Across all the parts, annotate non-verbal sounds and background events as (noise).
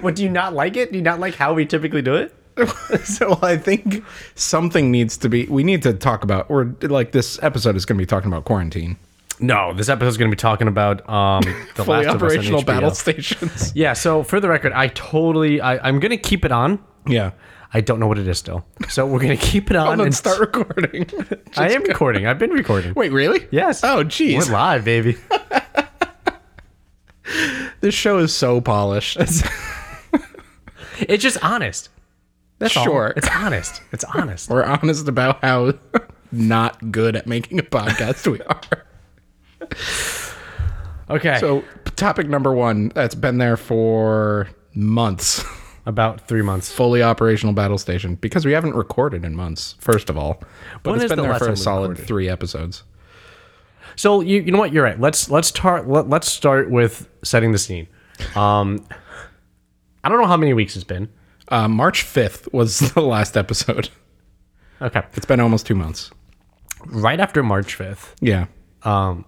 what do you not like it? Do you not like how we typically do it? (laughs) so I think something needs to be. We need to talk about, or like this episode is going to be talking about quarantine, No, this episode's going to be talking about (laughs) um, the fully last of Us on operational HBO. battle stations. Yeah. So for the record, I totally, I, I'm going to keep it on. (laughs) (laughs) yeah, I don't know what it is still. So we're going to (laughs) keep it on and and start (laughs) recording. I (laughs) am recording. I've been recording. Wait, really? Yes. Oh, geez, We're live, (laughs) baby. this show is so polished. (laughs) It's just honest. That's Sure. All. It's honest. It's (laughs) honest. (laughs) We're honest about how (laughs) not good at making a podcast we are. (laughs) Okay. So, topic number one that's been there for months (laughs) about three months. fully operational battle station because we haven't recorded in months, first of all. But When it's is been the there last for time a we solid recorded? three episodes. So you, you know what? You're right. Let's let's start let, let's start with setting the scene. Um, I don't know how many weeks it's been. Uh, March 5th was (laughs) the last episode. Okay. It's been almost two months. Right after March 5th. Yeah. Um,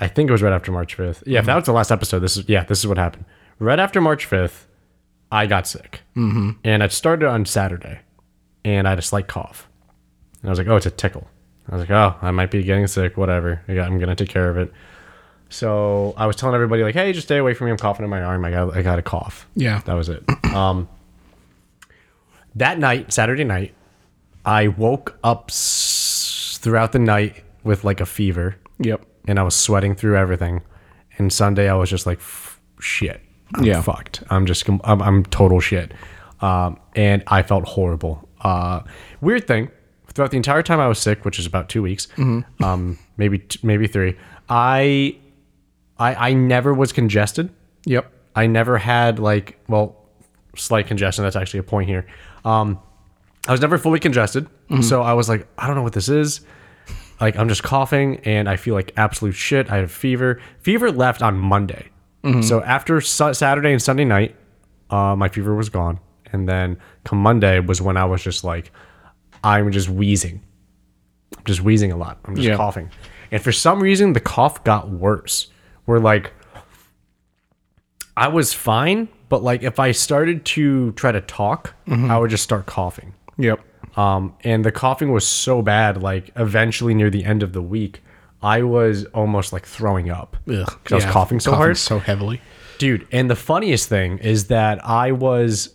I think it was right after March 5th. Yeah, if that was the last episode, this is yeah, this is what happened. Right after March 5th, I got sick, mm-hmm. and it started on Saturday, and I had a slight cough, and I was like, oh, it's a tickle. I was like, oh, I might be getting sick. Whatever, I got- I'm gonna take care of it. So I was telling everybody like, hey, just stay away from me. I'm coughing in my arm. I got I got a cough. Yeah. That was it. Um, that night, Saturday night, I woke up s- throughout the night with like a fever Yep. and I was sweating through everything. And Sunday, I was just like, "F- shit. I'm Yeah. fucked. I'm just, com- I'm, I'm total shit. Um, and I felt horrible. Uh, weird thing, throughout the entire time I was sick, which is about two weeks, um, maybe, t- maybe three, I, I, I never was congested. Yep. I never had like well slight congestion. That's actually a point here. Um, I was never fully congested, so I was like, I don't know what this is. Like I'm just coughing and I feel like absolute shit. I have fever. Fever left on Monday, so after su- Saturday and Sunday night, uh, my fever was gone. And then come Monday was when I was just like, I'm just wheezing. I'm just wheezing a lot. I'm just Yeah. coughing. And for some reason, the cough got worse. We're like, I was fine, but like if I started to try to talk, I would just start coughing. Yep. Um, and the coughing was so bad, like eventually near the end of the week, I was almost like throwing up. Ugh. 'Cause I was coughing so hard. so heavily. Dude, and the funniest thing is that I was,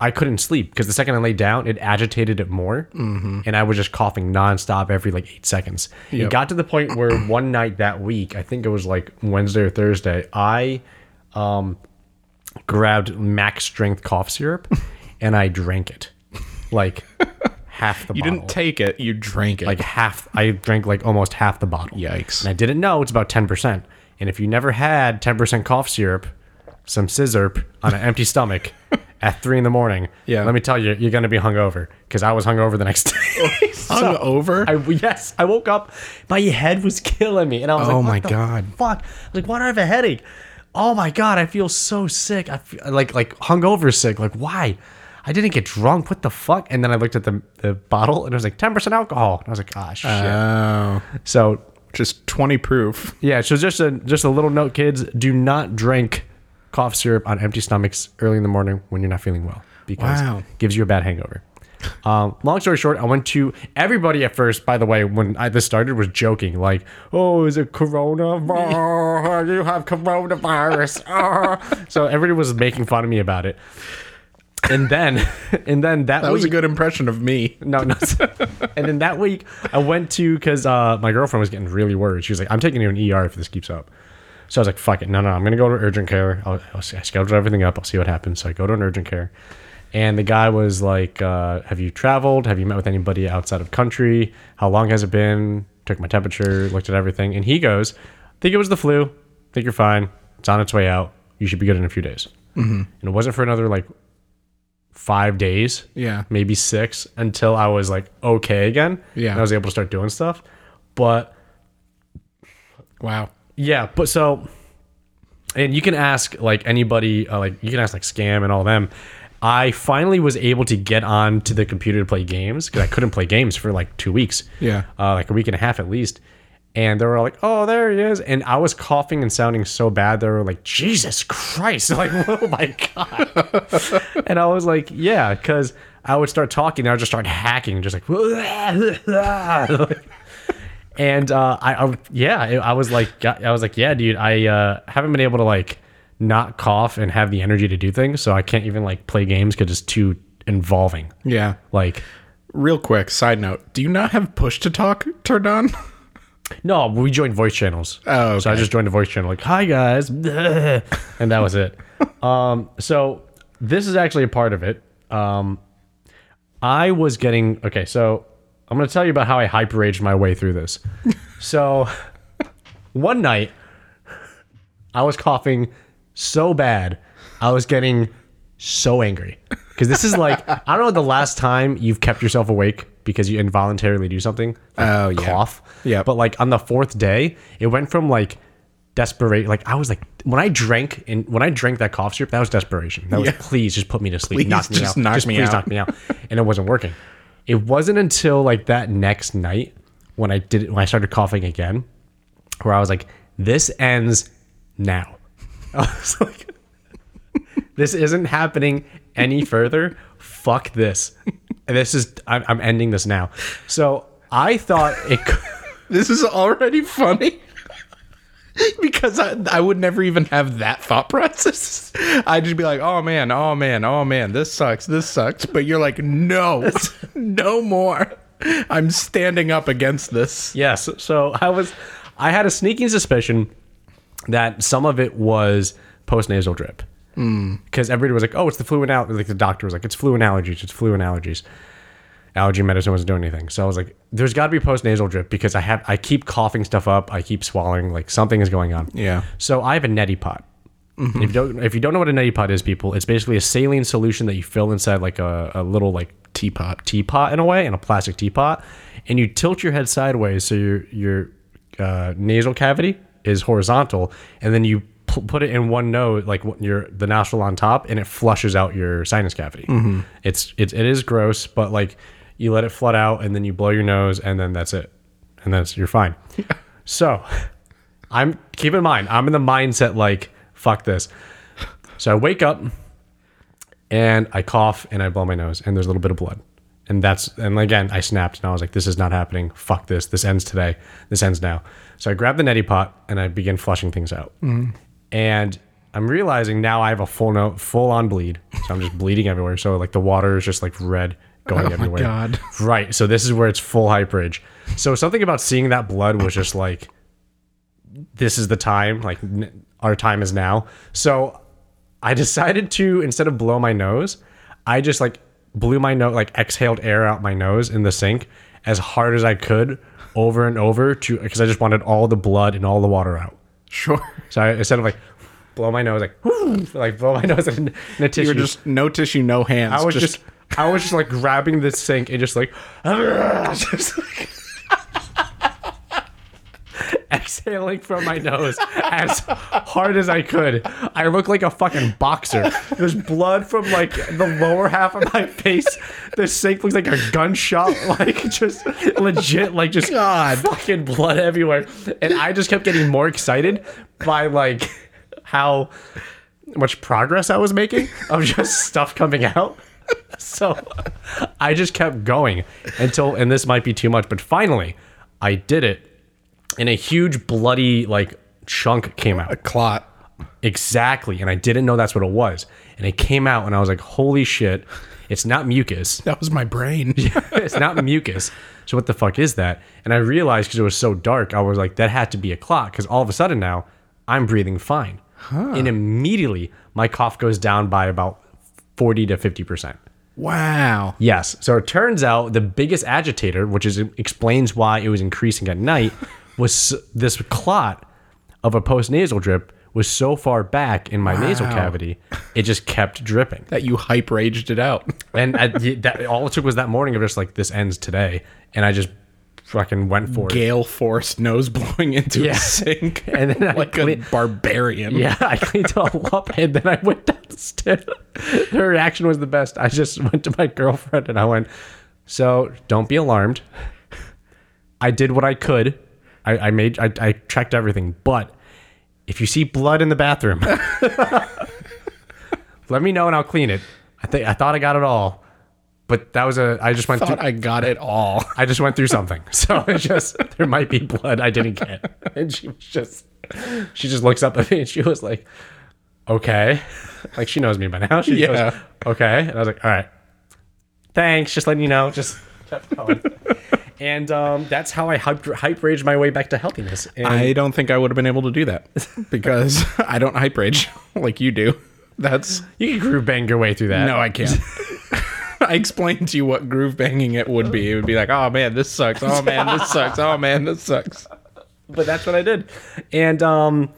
I couldn't sleep because the second I laid down, it agitated it more, and I was just coughing nonstop every like eight seconds. It Mm-hmm. Yep. got to the point (clears throat) where one night that week, I think it was like Wednesday or Thursday, I, um, grabbed Max Strength cough (laughs) syrup, and I drank it, like half the. You bottle didn't take it. You drank it. like half i drank like almost half the bottle Yikes. and i didn't know it's about 10% and if you never had 10% cough syrup some scissorp on an empty stomach (laughs) at 3 in the morning Yeah. let me tell you you're gonna be hungover because i was hungover the next (laughs) day (laughs) hung over. I, yes i woke up my head was killing me and i was Oh like my what the God. fuck I was like why do i have a headache oh my god i feel so sick i feel like like hungover sick like why I didn't get drunk. What the fuck? And then I looked at the, the bottle and it was like 10% alcohol. And I was like, ah, shit. oh. So Just 20 proof. yeah, so just a just a little note, kids: do not drink cough syrup on empty stomachs early in the morning when you're not feeling well, because Wow. it gives you a bad hangover. Um, long story short, I went to everybody at first. By the way, when I this started, was joking like, "Oh, is it coronavirus? you have coronavirus." (laughs) Ah. so everybody was making fun of me about it. And then, (laughs) and then that, That was week, a good impression of me. no, no. and then that week, I went to because uh, my girlfriend was getting really worried. She was like, "I'm taking you to an ER if this keeps up." So I was like, "Fuck it, no, no, I'm gonna go to urgent care. I'll, I'll see, I scheduled everything up. I'll see what happens." So I go to an urgent care, and the guy was like, uh, "Have you traveled? Have you met with anybody outside of country? How long has it been?" Took my temperature, looked at everything, and he goes, "Think it was the flu. Think you're fine. It's on its way out. You should be good in a few days." Mm-hmm. And it wasn't for another like five days Yeah. maybe six until I was like okay again. Yeah. And I was able to start doing stuff. But Wow. yeah, but so, and you can ask like anybody, uh, like you can ask like Scam and all them. I finally was able to get on to the computer to play games because I couldn't play games for like two weeks. Yeah. Uh, like a week and a half at least. And they were like, "Oh, there he is!" And I was coughing and sounding so bad. They were like, "Jesus Christ!" (laughs) Like, oh my god! (laughs) and I was like, "Yeah," because I would start talking. I would just start hacking, just like, (laughs) and uh, I, I, yeah, I was like, I was like, yeah, dude, I uh, haven't been able to like not cough and have the energy to do things, so I can't even like play games because it's too involving. Yeah. Like, Real quick side note: Do you not have push to talk turned on? no, we joined voice channels. Oh, so I just joined a voice channel, like, hi guys, (laughs) and that was it. um, so this is actually a part of it. Um, I was getting okay, so I'm gonna tell you about how I hyper raged my way through this. so one night, I was coughing so bad, I was getting so angry because this is like I don't know the last time you've kept yourself awake because you involuntarily do something. like Oh, yeah. cough. Yeah. but like on the fourth day, it went from like desperation. Like I was like when I drank and when I drank that cough syrup, that was desperation. That was Yeah. please just put me to sleep, Please knock me just out, knock me please out." knock me out, (laughs) and it wasn't working. It wasn't until like that next night when I did when I started coughing again, where I was like, "This ends now." (laughs) I was like, (laughs) "This isn't happening any (laughs) further. Fuck this. This is I'm, I'm ending this now." So I thought it. (laughs) Could, This is already funny. (laughs) because I, I would never even have that thought process. (laughs) I'd just be like, oh man, oh man, oh man, this sucks, this sucks. But you're like, no, (laughs) no more. I'm standing up against this. Yes. So I was, I had a sneaking suspicion that some of it was post nasal drip because everybody was like, "Oh, it's the flu and al-" Like the doctor was like, "It's flu and allergies. It's flu and allergies." Allergy medicine wasn't doing anything, so I was like, "There's got to be post nasal drip because I have I keep coughing stuff up. I keep swallowing. Like something is going on." Yeah. So I have a neti pot. If you don't if you don't know what a neti pot is, people, it's basically a saline solution that you fill inside like a, a little like Teapot. teapot in a way, in a plastic teapot, and you tilt your head sideways so your your uh, nasal cavity is horizontal, and then you p- put it in one nose, like what- your the nostril on top, and it flushes out your sinus cavity. It's it, it is gross, but like you let it flood out, and then you blow your nose, and then that's it, and that's you're fine. So, (laughs) I'm keep in mind I'm in the mindset like fuck this. So I wake up and I cough and I blow my nose and there's a little bit of blood. And that's and again I snapped and I was like, this is not happening. Fuck this. This ends today. This ends now. So I grab the neti pot and I begin flushing things out. And I'm realizing now I have a full no full on bleed. So I'm just bleeding everywhere. So like the water is just like red going everywhere. God. Right. So this is where it's full hype rage. So something about seeing that blood was just like this is the time like n- our time is now so i (laughs) decided to instead of blow my nose i just like blew my nose like exhaled air out my nose in the sink as hard as i could over and over to because i just wanted all the blood and all the water out Sure. so I, instead of like blow my nose like (laughs) like blow my (laughs) nose in, in a tissue (laughs) You're just no tissue, no hands. I was just, I was just like grabbing the sink and just like, (laughs) just like- (laughs) exhaling from my nose as hard as I could. I look like a fucking boxer. There's blood from like the lower half of my face. The sink looks like a gunshot, (laughs) like just legit, like just God. fucking blood everywhere. And I just kept getting more excited by like how much progress I was making of just stuff coming out. So I just kept going until, and this might be too much, but finally I did it and a huge bloody like chunk came out. clot. Exactly. And I didn't know that's what it was. And it came out and I was like, holy shit, it's not mucus. (laughs) That was my brain. it's not mucus. So what the fuck is that? And I realized because it was so dark, I was like, that had to be a clot. Because all of a sudden now, I'm breathing fine, and immediately my cough goes down by about forty to fifty percent. (laughs) Wow. Yes. So it turns out the biggest agitator, which is explains why it was increasing at night, was s- this clot of a postnasal drip was so far back in my nasal cavity, it just kept dripping. That you hype raged it out. And I, that all it took was that morning of just like this ends today, and I just fucking went for it. Gale force nose blowing into Yeah. a sink. (laughs) And then I (laughs) like a clean- barbarian. (laughs) Yeah, I cleaned it all up, and then I went downstairs. (laughs) Her reaction was the best. I just (laughs) went to my girlfriend and I went, "So don't be alarmed. I did what I could. I, I made I, I checked everything, but if you see blood in the bathroom, (laughs) let me know and I'll clean it. I think I thought I got it all, but that was a I just went through Thought I got it all. I just went through something. (laughs) So it's just there might be blood I didn't get. (laughs) And she was just she just looks up at me and she was like, Okay. Like she knows me by now. She Yeah. goes, Okay. And I was like, All right. Thanks, just letting you know. Just kept going. and um, that's how I hype, hype raged my way back to healthiness. And I don't think I would have been able to do that (laughs) because I don't hype rage (laughs) like you do. That's you can groove bang your way through that. no, I can't. (laughs) I explained to you what groove banging it would be. It would be like, oh man, this sucks. Oh man, (laughs) this sucks. Oh man, this sucks. but that's what I did. And um,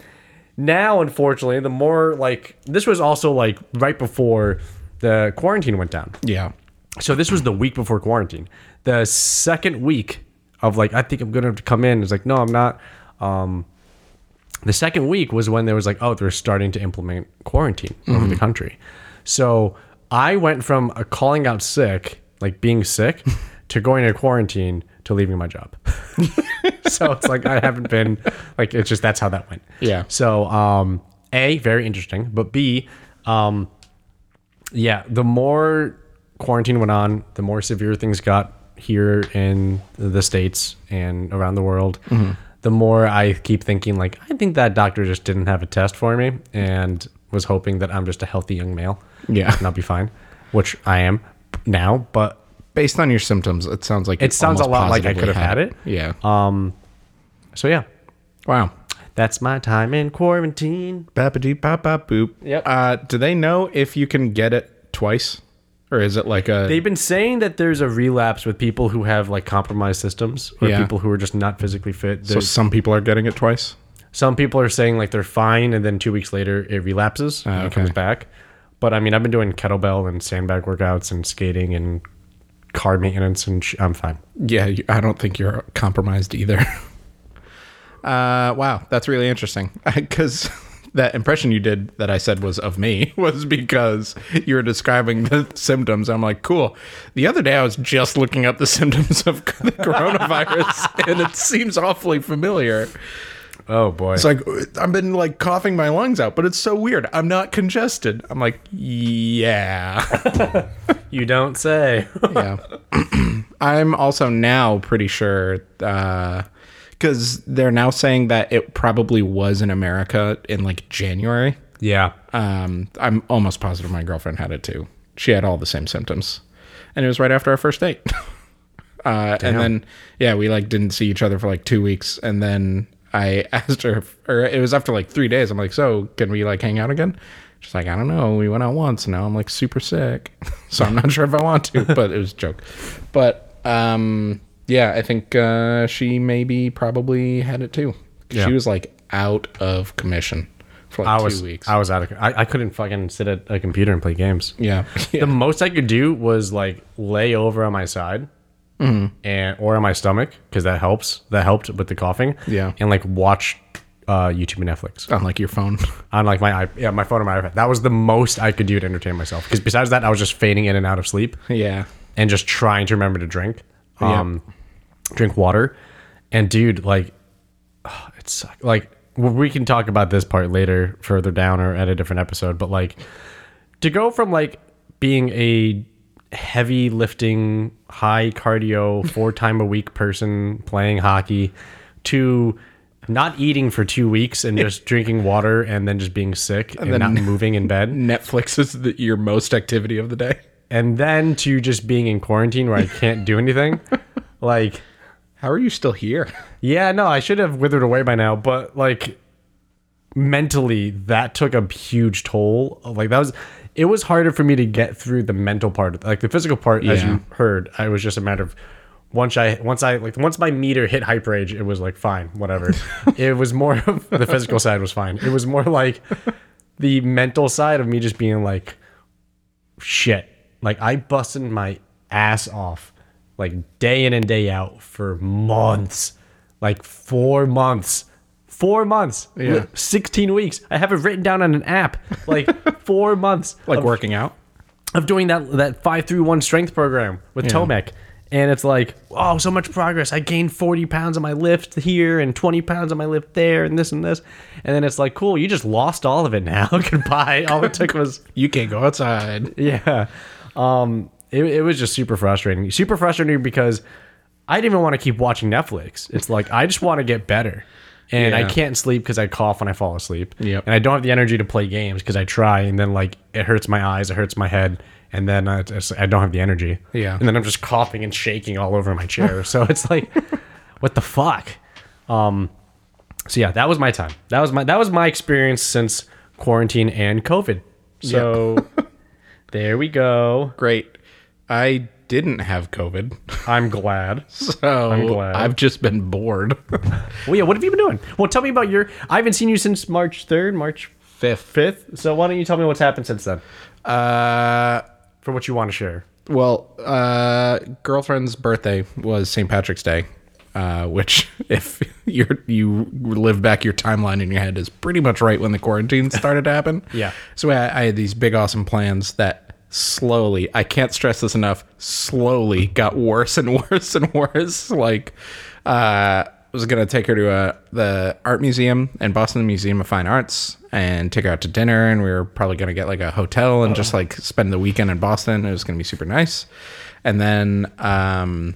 now, unfortunately, the more like this was also like right before the quarantine went down. Yeah. So this was the week before quarantine. The second week of like, I think I'm gonna have to come in. It's like, no, I'm not. Um, the second week was when there was like, oh, they're starting to implement quarantine over the country. So I went from a calling out sick, like being sick, to going to quarantine to leaving my job. (laughs) so it's like I haven't been like it's just that's how that went. Yeah. So um, a very interesting, but b um, yeah, the more quarantine went on, the more severe things got here in the states and around the world. Mm-hmm. The more I keep thinking, like, I think that doctor just didn't have a test for me and was hoping that I'm just a healthy young male. Yeah. and I'll be fine, which I am now. But Based on your symptoms, it sounds like you sounds a almost lot like I positively could have had it. Yeah. so yeah, wow. that's my time in quarantine. Babadoo pop pop boop. Yep. Uh, do they know if you can get it twice, or is it like a? They've been saying that there's a relapse with people who have like compromised systems or Yeah. people who are just not physically fit. so There's, some people are getting it twice. some people are saying like they're fine and then two weeks later it relapses and it okay. comes back. But I mean, I've been doing kettlebell and sandbag workouts and skating and car maintenance and sh- I'm fine. Yeah, you- I don't think you're compromised either. (laughs) Uh, wow, that's really interesting. (laughs) Because that impression you did that I said was of me (laughs) was because you were describing the (laughs) symptoms. I'm like, cool. The other day I was just looking up the (laughs) symptoms of the (laughs) coronavirus, and it seems awfully familiar. Oh boy. It's like uh, I've been like coughing my lungs out, but it's so weird. I'm not congested. I'm like, yeah, you don't say. (laughs) yeah. (clears throat) I'm also now pretty sure because they're now saying that it probably was in America in like January. yeah. Um, I'm almost positive my girlfriend had it too. She had all the same symptoms, and it was right after our first date. (laughs) uh, and then yeah, we like didn't see each other for like two weeks, and then I (laughs) asked her, if- or it was after like three days. I'm like, so can we like hang out again? She's like, I don't know. We went out once, and now I'm like super sick, (laughs) so I'm not sure if I (laughs) want to. But it was a joke. But um, yeah, I think uh, she maybe probably had it too. Yeah. She was like out of commission for like I two was weeks. I was out of I, I couldn't fucking sit at a computer and play games. (laughs) yeah. The most I could do was like lay over on my side and or on my stomach because that helps. That helped with the coughing. Yeah. And like watch uh, YouTube and Netflix. on like your phone. (laughs) on like my iP- yeah my phone or my iPad. That was the most I could do to entertain myself because besides that I was just fading in and out of sleep yeah. and just trying to remember to drink, um, drink water, and dude like (sighs) it sucked. Like w- we can talk about this part later, further down or at a different episode. But like to go from like being a heavy lifting, high cardio, four time a week person playing hockey to not eating for two weeks and just drinking water and then just being sick and, not moving in bed Netflix is the, your most activity of the day. and then to just being in quarantine where I can't do anything. like, How are you still here? yeah, no, I should have withered away by now, but like mentally, that took a huge toll. Like, that was, it was harder for me to get through the mental part. Like, the physical part, as Yeah. you heard, I was just a matter of. Once I once I like once my meter hit hyper rage, it was like fine, whatever. it was more of the physical side was fine. It was more like the mental side of me just being like, shit. Like I busted my ass off like day in and day out for months. Like four months. Four months. Yeah. Sixteen weeks. I have it written down on an app. Like (laughs) four months Like of, working out? of doing that that five through one strength program with Tomek. and it's like, oh, so much progress. I gained 40 pounds on my lift here and 20 pounds on my lift there and this and this. And then it's like, cool, you just lost all of it now. (laughs) Goodbye. All it took was, You can't go outside. (laughs) yeah. Um, it, it was just super frustrating. Super frustrating because I didn't even want to keep watching Netflix. It's like, I just want to get better. And I Yeah. can't sleep because I cough when I fall asleep. Yep. And I don't have the energy to play games because I try and then, like, it hurts my eyes, it hurts my head. And then I, it's- I don't have the energy. Yeah. And then I'm just coughing and shaking all over my chair. so it's like, (laughs) what the fuck? Um, so yeah, that was my time. That was my that was my experience since quarantine and COVID. So (laughs) there we go. Great. I didn't have COVID, (laughs) I'm glad. so I'm glad. I've just been bored. Well, yeah. What have you been doing? Well, tell me about your. I haven't seen you since March third, March (laughs) Fifth. fifth. So why don't you tell me what's happened since then? Uh, For what you want to share. Well, uh, girlfriend's birthday was St. Patrick's Day, uh, which, (laughs) if you you live back your timeline in your head, is pretty much right when the quarantine started to happen. Yeah. So I, I had these big awesome plans that slowly, I can't stress this enough, slowly got worse and (laughs) worse and worse. Like, uh, I was gonna take her to uh the art museum and Boston Museum of Fine Arts and take her out to dinner, and we were probably gonna get like a hotel and just like spend the weekend in Boston. It was gonna be super nice, and then um,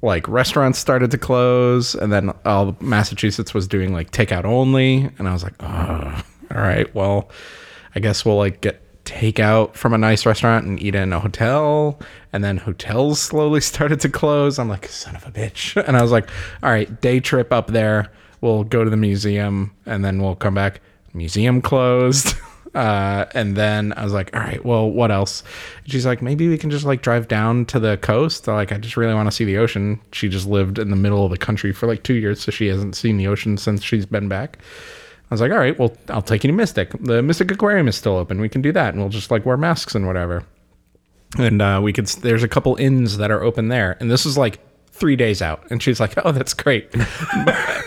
like restaurants started to close, and then all Massachusetts was doing like takeout only, and I was like, oh, all right, well, I guess we'll like get takeout from a nice restaurant and eat in a hotel, and then hotels slowly (laughs) started to close. I'm like, son of a bitch, (laughs) and I was like, all right, day trip up there, we'll go to the museum, and then we'll come back. Museum closed. (laughs) Uh, and then I was like, all right, well, what else? And she's like, maybe we can just like drive down to the coast. Like, I just really want to see the ocean. She just lived in the middle of the country for like two years, so she hasn't seen the ocean since she's been back. I was like, all right, well, I'll take you to Mystic. The Mystic Aquarium is still open. We can do that, and we'll just like wear masks and whatever. And uh, we could, there's a couple inns that are open there. And this is like three days out. And she's like, oh, that's great.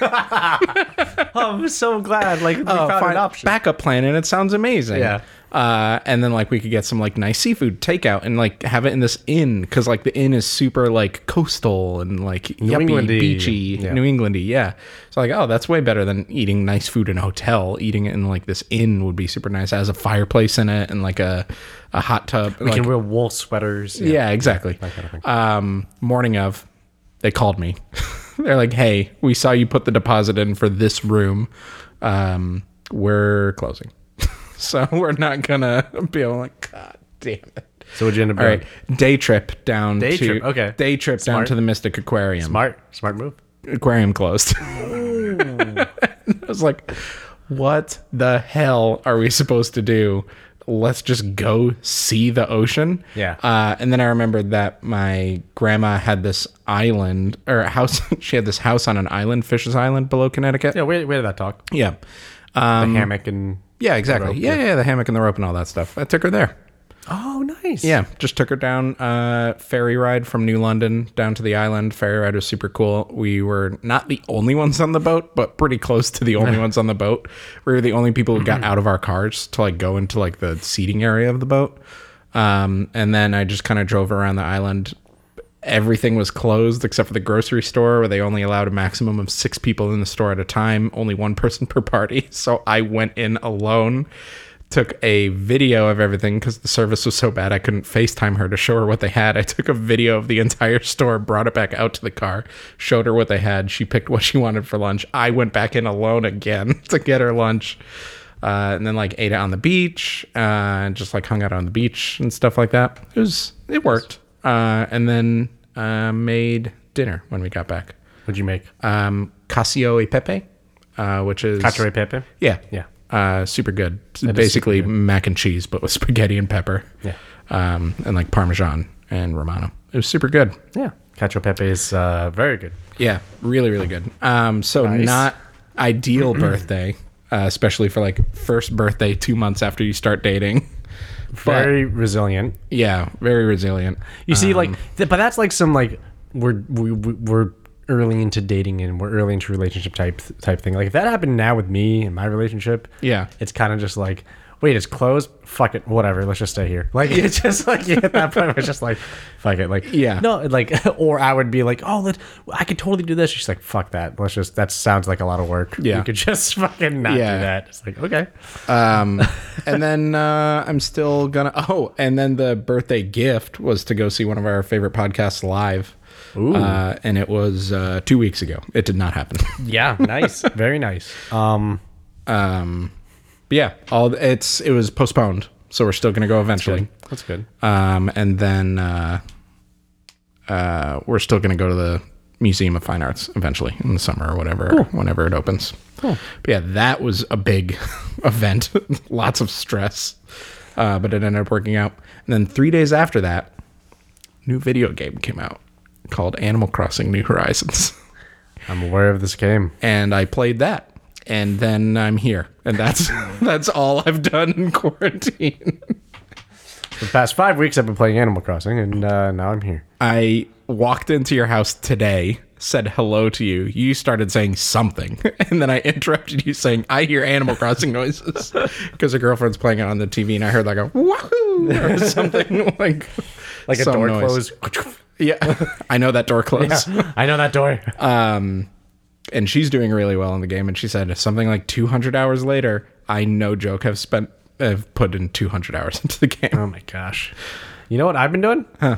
Oh, (laughs) I'm so glad. Like we found find an option. Oh, backup plan, and it sounds amazing. Yeah. Uh, and then like we could get some like nice seafood takeout and like have it in this inn because like the inn is super like coastal and like New Englandy. beachy, Yeah. New Englandy. Yeah. So like oh that's way better than eating nice food in a hotel. Eating it in like this inn would be super nice. It has a fireplace in it and like a a hot tub. We like, can wear wool sweaters. yeah, exactly. Um, morning of, they called me. (laughs) They're like, "Hey, we saw you put the deposit in for this room. Um, we're closing, (laughs) so we're not gonna be able." Like, God damn it! So would you end up All right, day trip down Day to trip, okay. day trip down Smart. to the Mystic Aquarium. Smart, smart move. Aquarium closed. (laughs) I was like, "What the hell are we supposed to do?" Let's just go see the ocean. Yeah. Uh, and then I remembered that my grandma had this island or house. (laughs) she had this house on an island, Fisher's Island, below Connecticut. Yeah, where, where did that talk? Yeah. The hammock and. Yeah, exactly. yeah, yeah, the hammock and the rope and all that stuff. I took her there. Oh, nice. Yeah, just took her down uh, ferry ride from New London down to the island. Ferry ride was super cool. We were not the only ones on the boat, but pretty close to the only ones on the boat. We were the only people who got out of our cars to like go into like the seating area of the boat. Um, and then I just kind of drove around the island. Everything was closed except for the grocery store, where they only allowed a maximum of six people in the store at a time, only one person per party. (laughs) So I went in alone took a video of everything because the service was so bad I couldn't FaceTime her to show her what they had. I took a video of the entire (laughs) store, brought it back out to the car, showed her what they had. She picked what she wanted for lunch. I went back in alone again (laughs) to get her lunch. Uh, and then like ate it on the beach uh, and just like hung out on the beach and stuff like that. It was it worked. Uh, and then uh, made dinner when we got back. What'd you make? Um, Casio e Pepe, uh, which is Cacio e pepe. yeah. Yeah. Uh, super good. Basically mac and cheese, but with (laughs) spaghetti and pepper. Yeah. Um, and like Parmesan and Romano. It was super good. Yeah. Cacio e pepe is uh, very good. Yeah. Really, really good. Um, so not ideal (clears throat) birthday, uh, especially for like first birthday two months after you start dating. (laughs) Very resilient. Yeah. Very resilient. You see, like, th- but that's like some like we're we, we- we're early into dating and we're early into relationship type type thing. Like if that happened now with me and my relationship, Yeah. it's kind of just like wait, it's closed. Fuck it, whatever. Let's just stay here. Like (laughs) it's just like you hit that point. where It's just like fuck it. Like Yeah. no, like (laughs) or I would be like, oh, let, I could totally do this. She's like, fuck that. Let's just that sounds like a lot of work. Yeah. you could (laughs) just fucking not Yeah. do that. It's like okay, (laughs) Um, and then uh, I'm still gonna. Oh, and then the birthday gift was to go see one of our favorite podcasts live. Ooh. Uh, and it was uh, two weeks ago. It did (laughs) not happen. yeah, nice, very nice. Um, um, but yeah, all it's it was postponed, so we're still gonna go eventually. that's good. Um, and then uh, uh, we're still gonna go to the Museum of Fine Arts eventually in the summer or whatever, whenever it opens. But yeah, that was a big (laughs) event. Lots of stress, uh, but it ended up working out. And then three days after that, new video game came out called Animal Crossing: New Horizons, (laughs) I'm aware of this game. and I played that. And then I'm here, and that's (laughs) that's all I've done in quarantine. For the past five weeks, I've been playing Animal Crossing, and uh, now I'm here. I walked into your house today, said hello to you. You started saying something, (laughs) and then I interrupted you saying, "I hear Animal Crossing noises," (laughs) because your girlfriend's playing it on the TV, and I heard like a woohoo (laughs) or something (laughs) like Like a some door noise. closed. Yeah, (laughs) I know that door closed. (laughs) I know that door. Um, and she's doing really well in the game, and she said something like 200 hours later. I no joke have spent have put in 200 hours (laughs) into the game. Oh my gosh. You know what I've been doing? Huh.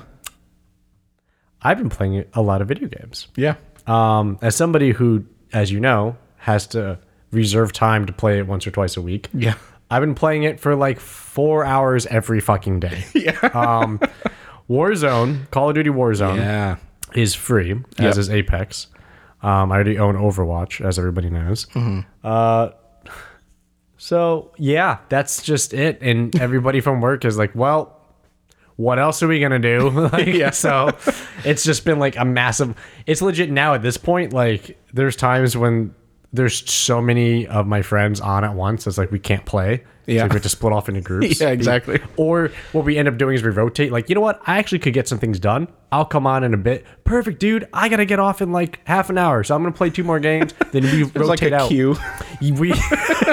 I've been playing a lot of video games. Yeah, Um, as somebody who, as you know, has to reserve time to play it once or twice a week. yeah, I've been playing it for like four hours every fucking day. (laughs) yeah, Um, Warzone, Call of Duty Warzone, yeah. is free, as Yep. is Apex. Um, I already own Overwatch, as everybody knows. Mm-hmm. Uh, so yeah, that's just it. And (laughs) everybody from work is like, well, what else are we gonna do? (laughs) like, Yeah. So it's just been like a massive. It's legit now at this point. Like, there's times when there's so many of my friends on at once. It's like we can't play. Yeah. So we have to split off into groups. (laughs) Yeah, exactly. Or what we end up doing is we rotate. Like, you know what? I actually could get some things done. I'll come on in a bit. Perfect, dude. I gotta get off in like half an hour, so I'm gonna play two more (laughs) games. Then we rotate It's like a out. queue. (laughs) We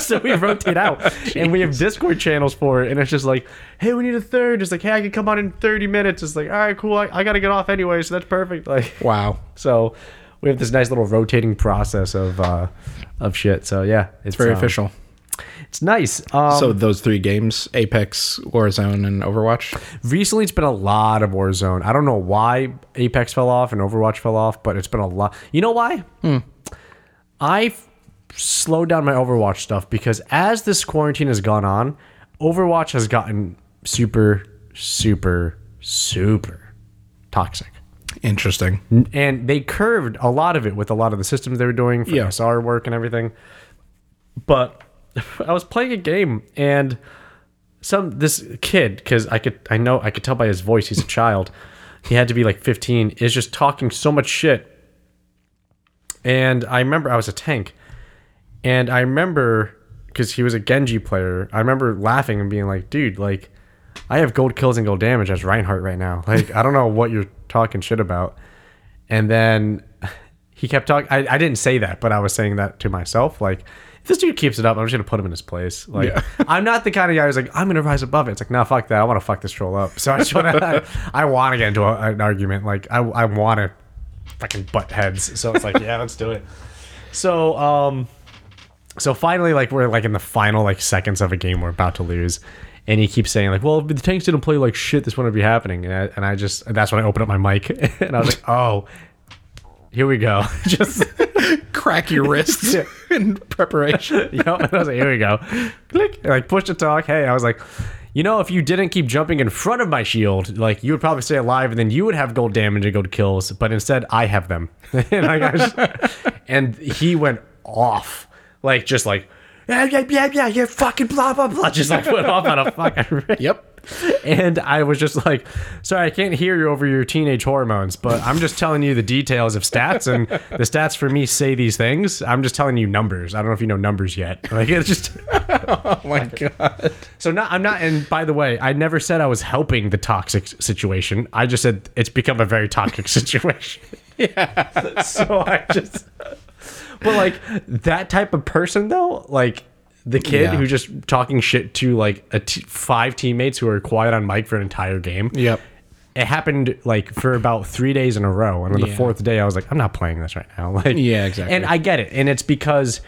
so we rotate out, and we have Discord channels for it. And it's just like, hey, we need a third. It's like, hey, I can come on in 30 minutes. It's like, all right, cool. I, I gotta get off anyway, so that's perfect. Like, Wow. so we have this nice little rotating process of uh of shit. So yeah, it's, Very um, official. It's nice. Um, So those three games: Apex, Warzone, and Overwatch. recently it's been a lot of Warzone. I don't know why Apex fell off and Overwatch fell off, but it's been a lot. You know why? I f- slowed down my Overwatch stuff because as this quarantine has gone on, Overwatch has gotten super, super, super toxic. Interesting. And they curved a lot of it with a lot of the systems they were doing for Yeah. SR work and everything. But (laughs) I was playing a game and some this kid because I could I know I could tell by his voice he's a child. he had to be like 15. Is just talking so much shit. And I remember I was a tank, and I remember because he was a Genji player. I remember laughing and being like, "Dude, like, I have gold kills and gold damage as Reinhardt right now. Like, I don't know what you're talking shit about." And then (laughs) he kept talking. I, I didn't say that, but I was saying that to myself. Like, if this dude keeps it up, I'm just gonna put him in his place. Like, Yeah. (laughs) I'm not the kind of guy who's like, I'm gonna rise above it. It's like, no, fuck that. I want to fuck this troll up. So I just want to, (laughs) I, want to get into a, an argument. Like, I, I want to fucking butt heads. So it's like, yeah, let's do it. So, um, so finally, like we're like in the final like seconds of a game we're about to lose, and he keeps saying like, "Well, if the tanks didn't play like shit. This wouldn't be happening." And I, and I just that's when I opened up my mic (laughs) and I was like, "Oh, here we go." (laughs) just Crack your (laughs) wrists in preparation. you know, and I was like, "Here we go." Click, and, like push to talk. Hey, I was like. You know, if you didn't keep jumping in front of my shield, like you would probably stay alive, and then you would have gold damage and gold kills. But instead, I have them, (laughs) and, I got- and he went off, like just like, yeah, yeah, yeah, yeah, you fucking blah blah blah, just like went off on a fucking rant. Yep. And I was just like, sorry, I can't hear you over your teenage hormones, but I'm just telling you the details of stats. And the stats for me say these things. I'm just telling you numbers. I don't know if you know numbers yet. (laughs) Like, it's just. Oh my god. So not I'm not and by the way, I never said I was helping the toxic situation. I just said it's become a very toxic (laughs) situation. (laughs) yeah. so I just But like that type of person though, like The kid Yeah. who just talking shit to like a t- five teammates who are quiet on mic for an entire game. Yep. It happened like for about three days in a row, and on the Yeah. fourth day, I was like, I'm not playing this right now. (laughs) Like, Yeah, exactly. And I get it, and it's because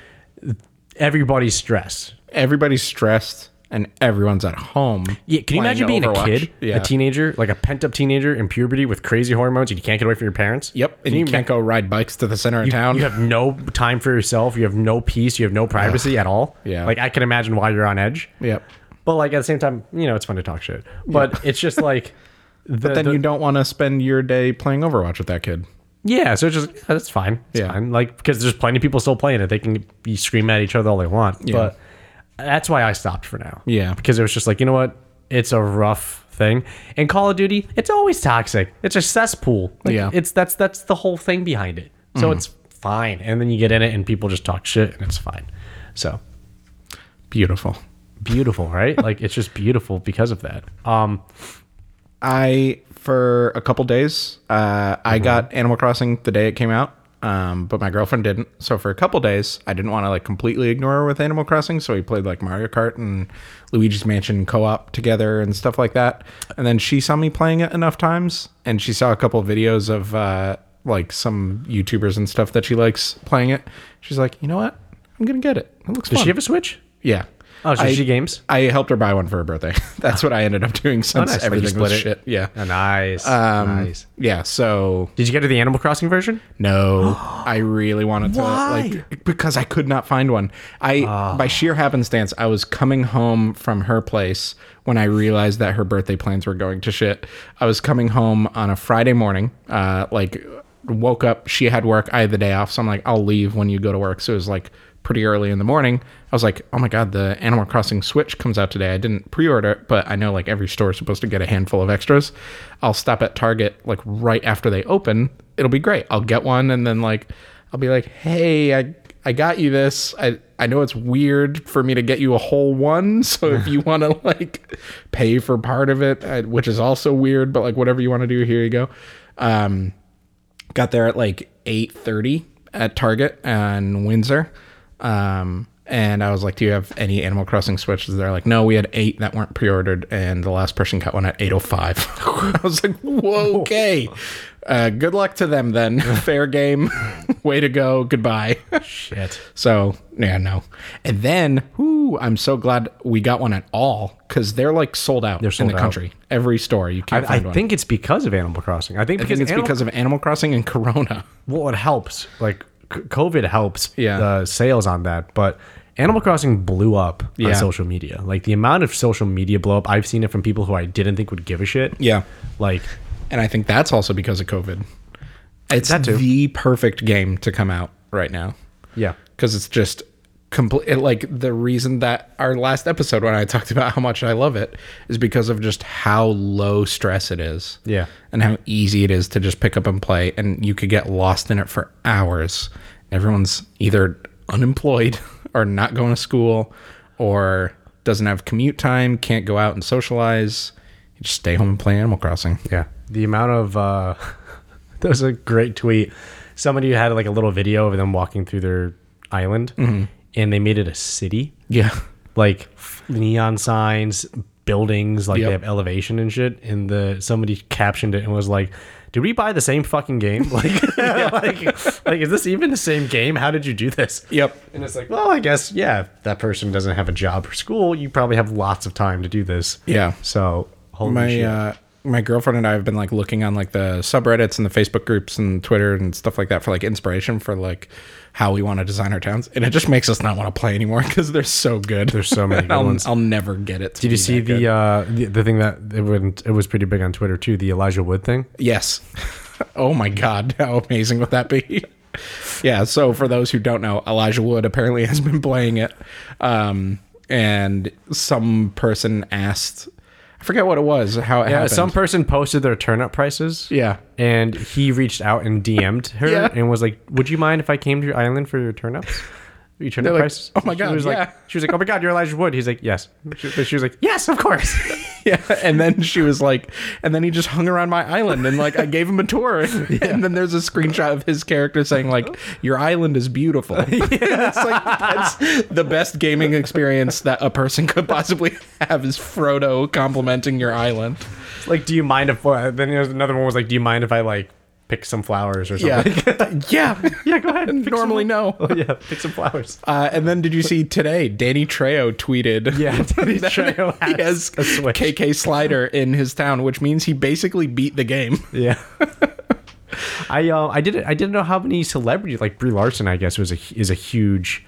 everybody's stressed. Everybody's stressed and everyone's at home. Yeah, can you playing imagine being Overwatch. a kid, Yeah. a teenager, like a pent up teenager in puberty with crazy hormones, and you can't get away from your parents? Yep. And you, can't go ride bikes to the center of town. You have no time for yourself. You have no peace. You have no privacy at all. Yeah. Like I can imagine why you're on edge. yep. But like at the same time, you know, it's fun to talk shit. But it's just (laughs) like the, Then the- you don't want to spend your day playing Overwatch with that kid. yeah. So it's just that's fine. It's Yeah. fine. Like because there's plenty of people still playing it. They can be screaming at each other all they want. But that's why I stopped for now. Yeah. Because it was just like you know what, it's a rough thing. And Call of Duty, it's always toxic. It's a cesspool. Like, Yeah. Mm-hmm. It's that's that's the whole thing behind it. So it's fine. And then you get in it, and people just talk shit, and it's fine. So Beautiful. beautiful, (laughs) right? like it's just beautiful because of that. Um, I for a couple days, uh, Mm-hmm. I got Animal Crossing the day it came out, um, but my girlfriend didn't. So for a couple days, I didn't want to like completely ignore her with Animal Crossing. So we played like Mario Kart and Luigi's Mansion co-op together and stuff like that. And then she saw me playing it enough times, and she saw a couple videos of uh, like some YouTubers and stuff that she likes playing it. She's like, you know what? I'm gonna get it. It looks does fun. she have a Switch? yeah. Oh, so I- she games. I helped her buy one for her birthday. (laughs) That's what I ended up doing since nice. Like you everything was split shit. Yeah. Oh, nice. Um, nice. Yeah, so Did you get her the Animal Crossing version? no, I really wanted to Why? like because I could not find one. I by sheer happenstance, I was coming home from her place when I realized that her birthday plans were going to shit. I was coming home on a Friday morning, uh, like woke up. She had work. I had the day off, so I'm like, I'll leave when you go to work. So it was like pretty early in the morning. I was like, oh my god, the Animal Crossing Switch comes out today. I didn't pre-order it, but I know like every store is supposed to get a handful of extras. I'll stop at Target like right after they open. It'll be great. I'll get one and then like I'll be like, hey, I I got you this. I I know it's weird for me to get you a whole one, (laughs) so if you want to like pay for part of it, I, which is also weird, but like whatever you want to do, here you go. Um, got there at like 8.30 at target in windsor um, and i was like do you have any animal crossing switches they're like no we had eight that weren't pre-ordered and the last person got one at 8.05 (laughs) i was like whoa okay uh, good luck to (laughs) them then fair game (laughs) way to go goodbye (laughs) Shit. so yeah, no. And then, whoo, I'm so glad we got one at all because they're like sold out They're sold in the out. country. Every store you can't I, find I one. think it's because of Animal Crossing. I think I think because it's Animal- because of Animal Crossing and Corona. well, it helps. Like c- COVID helps Yeah. the sales on that, but Animal Crossing blew up Yeah. on social media. Like the amount of social media blow up I've seen it from people who I didn't think would give a shit. Yeah. Like And I think that's also because of COVID. It's That too. the perfect game to come out right now yeah. because it's just complete. Like the reason that our last episode when I talked about how much I love it is because of just how low stress it is. Yeah. And how easy it is to just pick up and play, and you could get lost in it for hours. Everyone's either unemployed (laughs) or not going to school or doesn't have commute time, can't go out and socialize. You just stay home and play Animal Crossing. Yeah. The amount of uh (laughs) that was a great tweet. Somebody had like a little video of them walking through their island Mm-hmm. and they made it a city. Yeah. Like f- neon signs, buildings, like Yep. they have elevation and shit. And the somebody captioned it and was like, Did we buy the same fucking game? (laughs) Like, like, like is this even the same game? How did you do this? Yep. And it's like, well, I guess, yeah, if that person doesn't have a job or school, you probably have lots of time to do this. Yeah. So holy My shit. uh, my girlfriend and I have been like looking on like the subreddits and the Facebook groups and Twitter and stuff like that for like inspiration for like how we want to design our towns, and it just makes us not want to play anymore because they're so good. There's so (laughs) many good I'll, ones. I'll never get it. Did you see the, uh, the the thing that it, went, it was pretty big on Twitter too? The Elijah Wood thing. Yes. (laughs) oh my God, how amazing would that be? (laughs) yeah. So for those who don't know, Elijah Wood apparently has been playing it, um, and some person asked, I forget what it was, how it Uh, happened. some person posted their turnip prices. yeah. And he reached out and DM'd her Yeah. and was like, "Would you mind if I came to your island for your turnips? Your turnip like, prices?" "Oh my she God, was yeah." like, "She was like, oh my god, you're Elijah Wood." He's like, "Yes." She, but she was like, "Yes, of course." (laughs) (laughs) yeah, and then she was like, and then he just hung around my island, and like I gave him a tour, (laughs) and then there's a screenshot of his character saying like, "Your island (laughs) is beautiful." (laughs) it's like that's the best gaming experience that a person could possibly have is Frodo complimenting your island. like, do you mind if? uh, Then there's another one was like, do you mind if I like pick some flowers or Yeah, something? (laughs) (laughs) yeah. yeah go ahead. pick Normally (laughs) some- Oh, no. yeah, pick some flowers. Uh, and then did you see today? Danny Trejo (laughs) tweeted. (laughs) Yeah, Danny that Trejo he has has a Switch. KK Slider in his town, which means he basically beat the game. Yeah. (laughs) I uh, I didn't I didn't know how many celebrities like Brie Larson I guess was a is a huge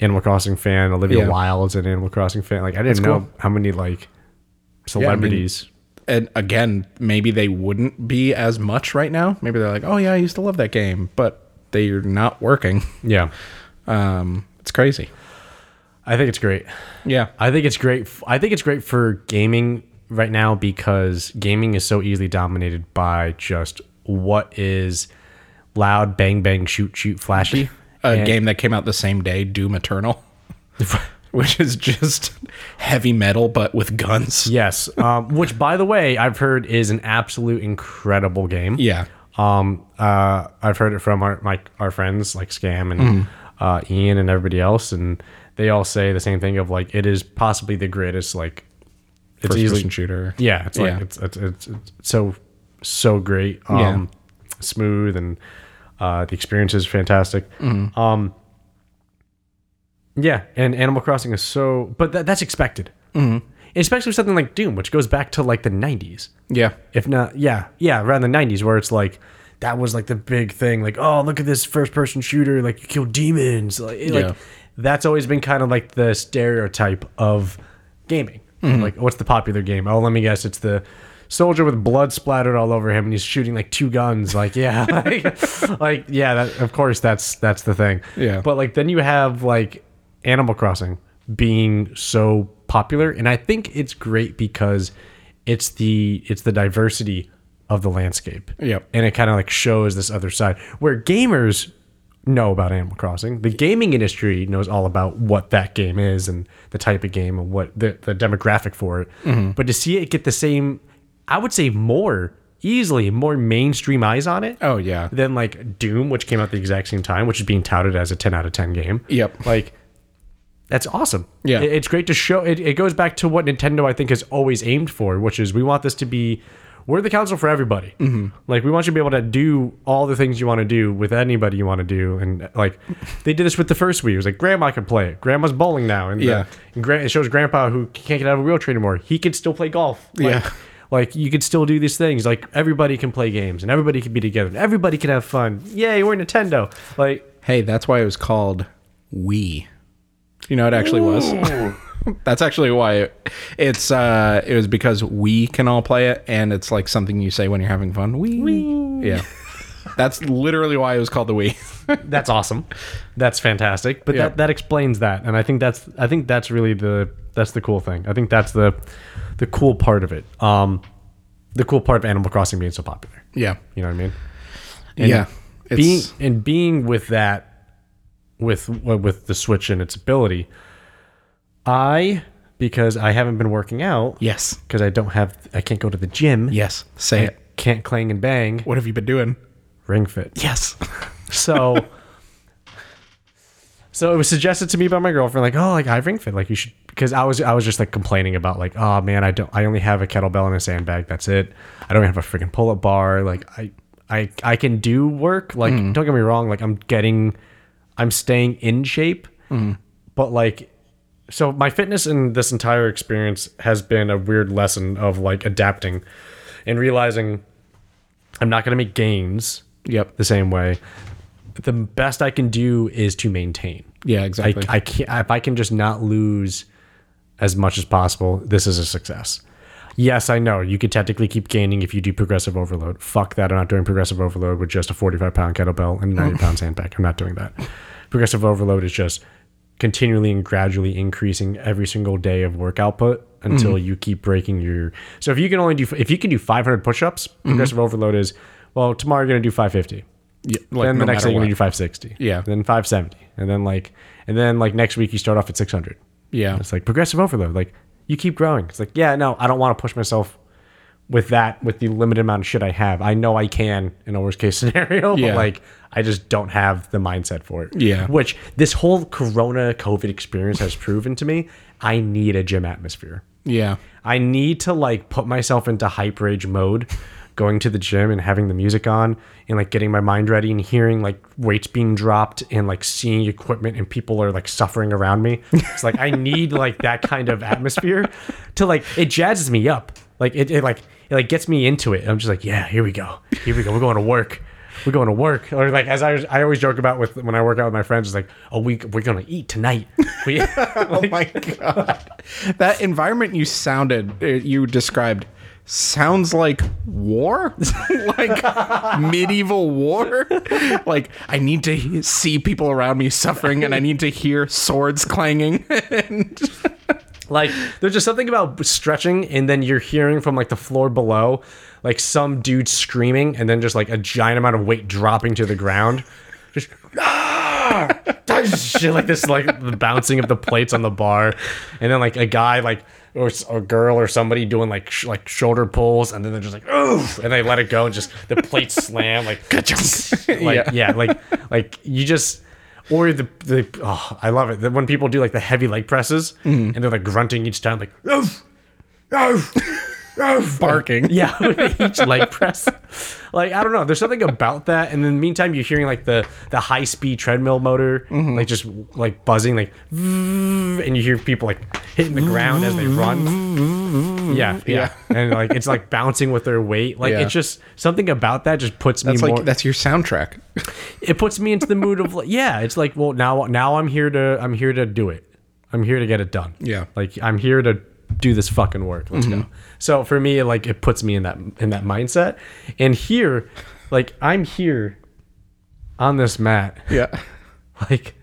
Animal Crossing fan. Olivia Yeah. Wilde's an Animal Crossing fan. Like I didn't know cool. how many like celebrities. And again, maybe they wouldn't be as much right now. Maybe they're like, "Oh yeah, I used to love that game," but they're not working. yeah, Um, it's crazy. I think it's great. Yeah, I think it's great. f- I think it's great for gaming right now because gaming is so easily dominated by just what is loud, bang, bang, shoot, shoot, (laughs) flashy. a And- game that came out the same day, (laughs) Doom Eternal, (laughs) which is just heavy metal but with guns. Yes, um, which by the way, I've heard is an absolute incredible game. Yeah, Um, uh, I've heard it from our my our friends like Scam and Mm-hmm. uh, Ian and everybody else, and they all say the same thing of like it is possibly the greatest like it's first easily person shooter. yeah it's like Yeah. It's, it's it's it's so so great um smooth and uh the experience is fantastic Mm-hmm. um yeah and Animal Crossing is so but that, that's expected Mm-hmm. especially with something like Doom which goes back to like the nineties yeah, if not yeah yeah around the 90s where it's like that was like the big thing like oh look at this first person shooter like you kill demons like, it- Yeah. like that's always been kind of like the stereotype of gaming like what's the popular game oh let me guess it's the soldier with blood splattered all over him and he's shooting like two guns like yeah (laughs) like, like, yeah that, of course that's that's the thing Yeah. but like then you have like Animal Crossing being so popular and I think it's great because it's the it's the diversity of the landscape. Yep. And it kind of like shows this other side where gamers know about Animal Crossing. The gaming industry knows all about what that game is and the type of game and what the, the demographic for it. Mm-hmm. But to see it get the same I would say more easily more mainstream eyes on it Oh yeah, than like Doom, which came out the exact same time, which is being touted as a 10 out of 10 game. Yep. Like, that's awesome. Yeah. It- It's great to show. It, it goes back to what Nintendo, I think, has always aimed for, which is we want this to be, we're the console for everybody. Mm-hmm. Like, we want you to be able to do all the things you want to do with anybody you want to do. And, like, they did this with the first Wii. It was like, Grandma can play it. Grandma's bowling now. And, the- Yeah. and gran- it shows Grandpa, who can't get out of a wheelchair anymore, he can still play golf. Like, Yeah. like you could still do these things. Like everybody can play games and everybody can be together and everybody can have fun. Yay, we're Nintendo. Like Hey, that's why it was called Wii. You know, what it actually was. (laughs) that's actually why it, it's. uh It was because we can all play it, and it's like something you say when you're having fun. We. Yeah. That's literally why it was called the Wii. that's awesome. That's fantastic. But Yeah. that, that explains that. And I think that's I think that's really the that's the cool thing. I think that's the the cool part of it. Um the cool part of Animal Crossing being so popular. (laughs) yeah. You know what I mean? yeah. It's, being and being with that with uh, with the Switch and its ability, I because I haven't been working out yes. because I don't have I can't go to the gym. Yes. Say it. can't clang and bang What have you been doing? ring fit Yes. so so it was suggested to me by my girlfriend like oh like i ring fit like you should because i was i was just like complaining about like oh man i don't i only have a kettlebell and a sandbag that's it i don't have a freaking pull-up bar like i i i can do work like don't get me wrong like i'm getting i'm staying in shape but like so my fitness in this entire experience has been a weird lesson of like adapting and realizing i'm not going to make gains (laughs) yep. the same way. The best I can do is to maintain. Yeah. I, Exactly. I can't if I can just not lose as much as possible. This is a success. Yes, I know you could technically keep gaining if you do progressive overload. Fuck that! I'm not doing progressive overload with just a 45 pound kettlebell and a 90 pound sandbag. I'm not doing that. Progressive overload is just continually and gradually increasing every single day of work output until you keep breaking your. So if you can only do if you can do 500 push-ups, progressive overload is well tomorrow you're gonna do 550 Yeah, like, then the no next matter thing you what. do 560 Yeah. then 570 and then like and then like next week you start off at 600 Yeah. it's like progressive overload like you keep growing. It's like, yeah, no, I don't want to push myself with that, with the limited amount of shit I have. I know I can in a worst case (laughs) scenario, Yeah. but like, I just don't have the mindset for it. Yeah. Which this whole Corona COVID experience has proven to me, I need a gym atmosphere. Yeah. I need to like put myself into hype rage mode, going to the gym and having the music on and like getting my mind ready and hearing like weights being dropped and like seeing equipment and people are like suffering around me. It's like I need like that kind of atmosphere to like it jazzes me up. Like it, it like it like gets me into it. I'm just like, yeah, here we go. Here we go. We're going to work. We're going to work, or like as I, I always joke about with when I work out with my friends, it's like, oh, we we're gonna eat tonight. (laughs) We, (laughs) Oh my god. That environment you sounded uh, you described sounds like war? (laughs) like medieval war? like I need to he- see people around me suffering and I need to hear swords clanging. (laughs) Like there's just something about stretching and then you're hearing from like the floor below like some dude screaming and then just like a giant amount of weight dropping to the ground. Just "Ah!" (laughs) shit like this like the bouncing of the plates on the bar and then like a guy like or s- a girl or somebody doing like sh- like shoulder pulls and then they're just like oof and they let it go and just the plates slam like (laughs) like yeah. Yeah. like like you just or the the oh, I love it that when people do like the heavy leg presses and they're like grunting each time like (laughs) "Oof, oof, oof." Barking. yeah with (laughs) each leg press like I don't know there's something about that and in the meantime you're hearing like the the high speed treadmill motor like just like buzzing like (laughs) and you hear people like hitting the ground as they run yeah yeah, and like it's like bouncing with their weight like Yeah. it's just something about that just puts me It's more like that's your soundtrack. it puts me into the mood of like, yeah, it's like, well, now now I'm here to I'm here to do it. I'm here to get it done. Yeah. Mm-hmm. Like I'm here to do this fucking work. Let's go. So for me, like it puts me in that in that mindset. And here, like I'm here on this mat. (laughs) Yeah. Like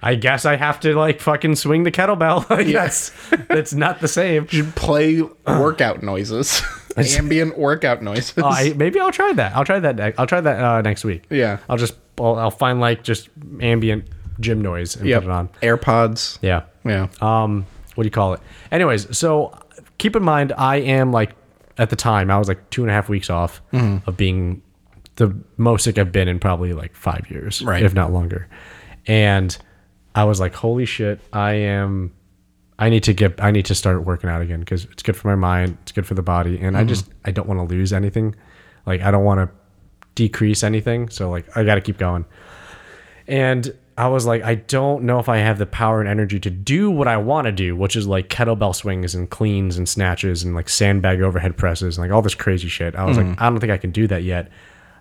I guess I have to like fucking swing the kettlebell. (laughs) like Yeah. that's that's not the (laughs) same. Should play workout noises. (laughs) Ambient workout noises. Oh, I, maybe I'll try that. I'll try that. ne- I'll try that uh, next week. Yeah. I'll just I'll, I'll find like just ambient gym noise and Yep. put it on. AirPods. Yeah. Yeah. um what do you call it anyways so keep in mind i am like at the time i was like two and a half weeks off of being the most sick i've been in probably like five years Right. if not longer and i was like holy shit i am i need to get i need to start working out again because it's good for my mind it's good for the body and i just i don't want to lose anything like i don't want to decrease anything so like i gotta keep going and I was like, I don't know if I have the power and energy to do what I want to do, which is like kettlebell swings and cleans and snatches and like sandbag overhead presses and like all this crazy shit. I was like, I don't think I can do that yet.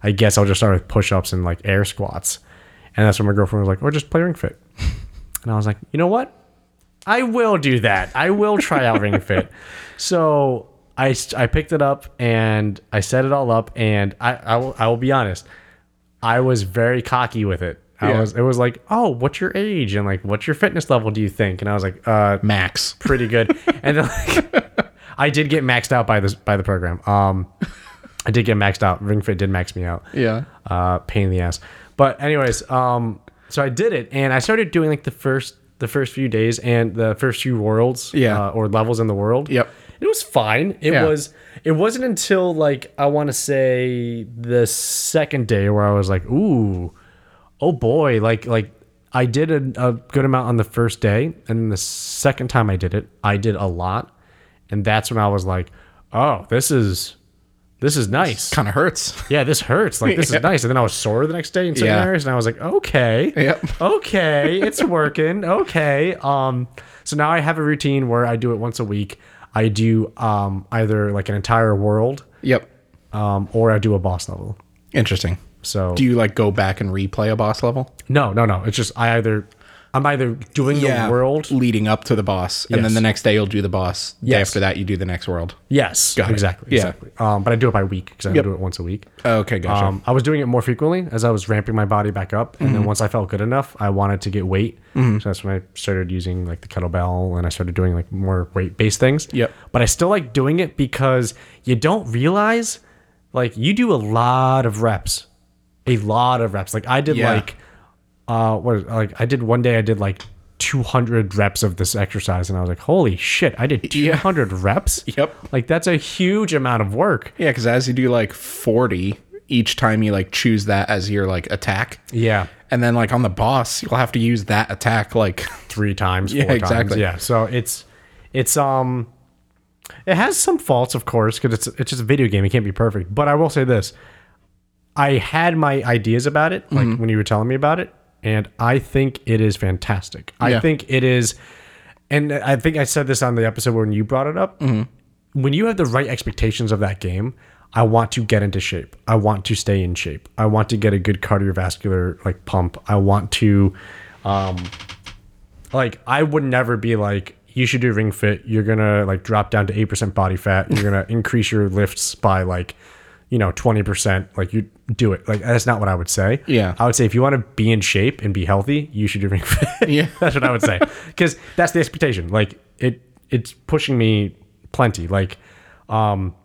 I guess I'll just start with push ups and like air squats. And that's when my girlfriend was like, or just play Ring Fit. And I was like, you know what? I will do that. I will try out Ring (laughs) Fit. So I, I picked it up and I set it all up. And I, I, will, I will be honest, I was very cocky with it. I Yeah. was it was like, oh, what's your age and like what's your fitness level do you think? And I was like, uh, Max. (laughs) pretty good. and then, like, (laughs) I did get maxed out by this by the program. Um, I did get maxed out. Ring Fit did max me out Yeah. uh, pain in the ass. But anyways, um, so I did it, and I started doing like the first the first few days and the first few worlds, Yeah. uh, or levels in the world. Yep. it was fine. It Yeah. was. It wasn't until like I want to say the second day where I was like, ooh, oh boy, like like. I did a, a good amount on the first day, and then the second time I did it, I did a lot, and that's when I was like, "Oh, this is, this is nice." Kind of hurts. yeah, this hurts. Like this (laughs) Yeah. is nice. And then I was sore the next day in certain Yeah. areas, and I was like, okay, Yep. okay, (laughs) it's working. Okay. Um, so now I have a routine where I do it once a week. I do um either like an entire world, Yep. um, or I do a boss level. Interesting. So Do you like go back and replay a boss level? no, no, no. It's just I either I'm either doing the world. leading up to the boss, and Yes. then the next day you'll do the boss. Day Yes. after that, you do the next world. Yes, Got it. exactly, Yeah. exactly. Um, but I do it by week because I don't do it once a week. Okay, gotcha. Um, I was doing it more frequently as I was ramping my body back up, and Mm-hmm. then once I felt good enough, I wanted to get weight. So that's when I started using like the kettlebell, and I started doing like more weight-based things. Yep. But I still like doing it because you don't realize, like, you do a lot of reps, a lot of reps. Like I did Yeah. like, uh, what is, like I did one day I did like 200 reps of this exercise, and I was like, holy shit, I did Yeah. 200 reps. Yep. Like that's a huge amount of work. Yeah, because as you do like 40 each time you like choose that as your like attack. Yeah. And then like on the boss, you'll have to use that attack like (laughs) three times, four Yeah, times. exactly. Yeah. So it's it's um it has some faults, of course, because it's it's just a video game. It can't be perfect. But I will say this. I had my ideas about it, like Mm-hmm. when you were telling me about it, and I think it is fantastic. I Yeah. think it is and I think I said this on the episode when you brought it up. Mm-hmm. When you have the right expectations of that game, I want to get into shape. I want to stay in shape. I want to get a good cardiovascular like pump. I want to like I would never be like you should do ring fit. You're gonna like drop down to eight percent body fat. You're (laughs) gonna increase your lifts by like you know twenty percent. Like you do it. Like that's not what I would say. Yeah. I would say if you want to be in shape and be healthy, you should do ring fit. (laughs) Yeah. (laughs) that's what I would say because that's the expectation. Like it, it's pushing me plenty. Like, um,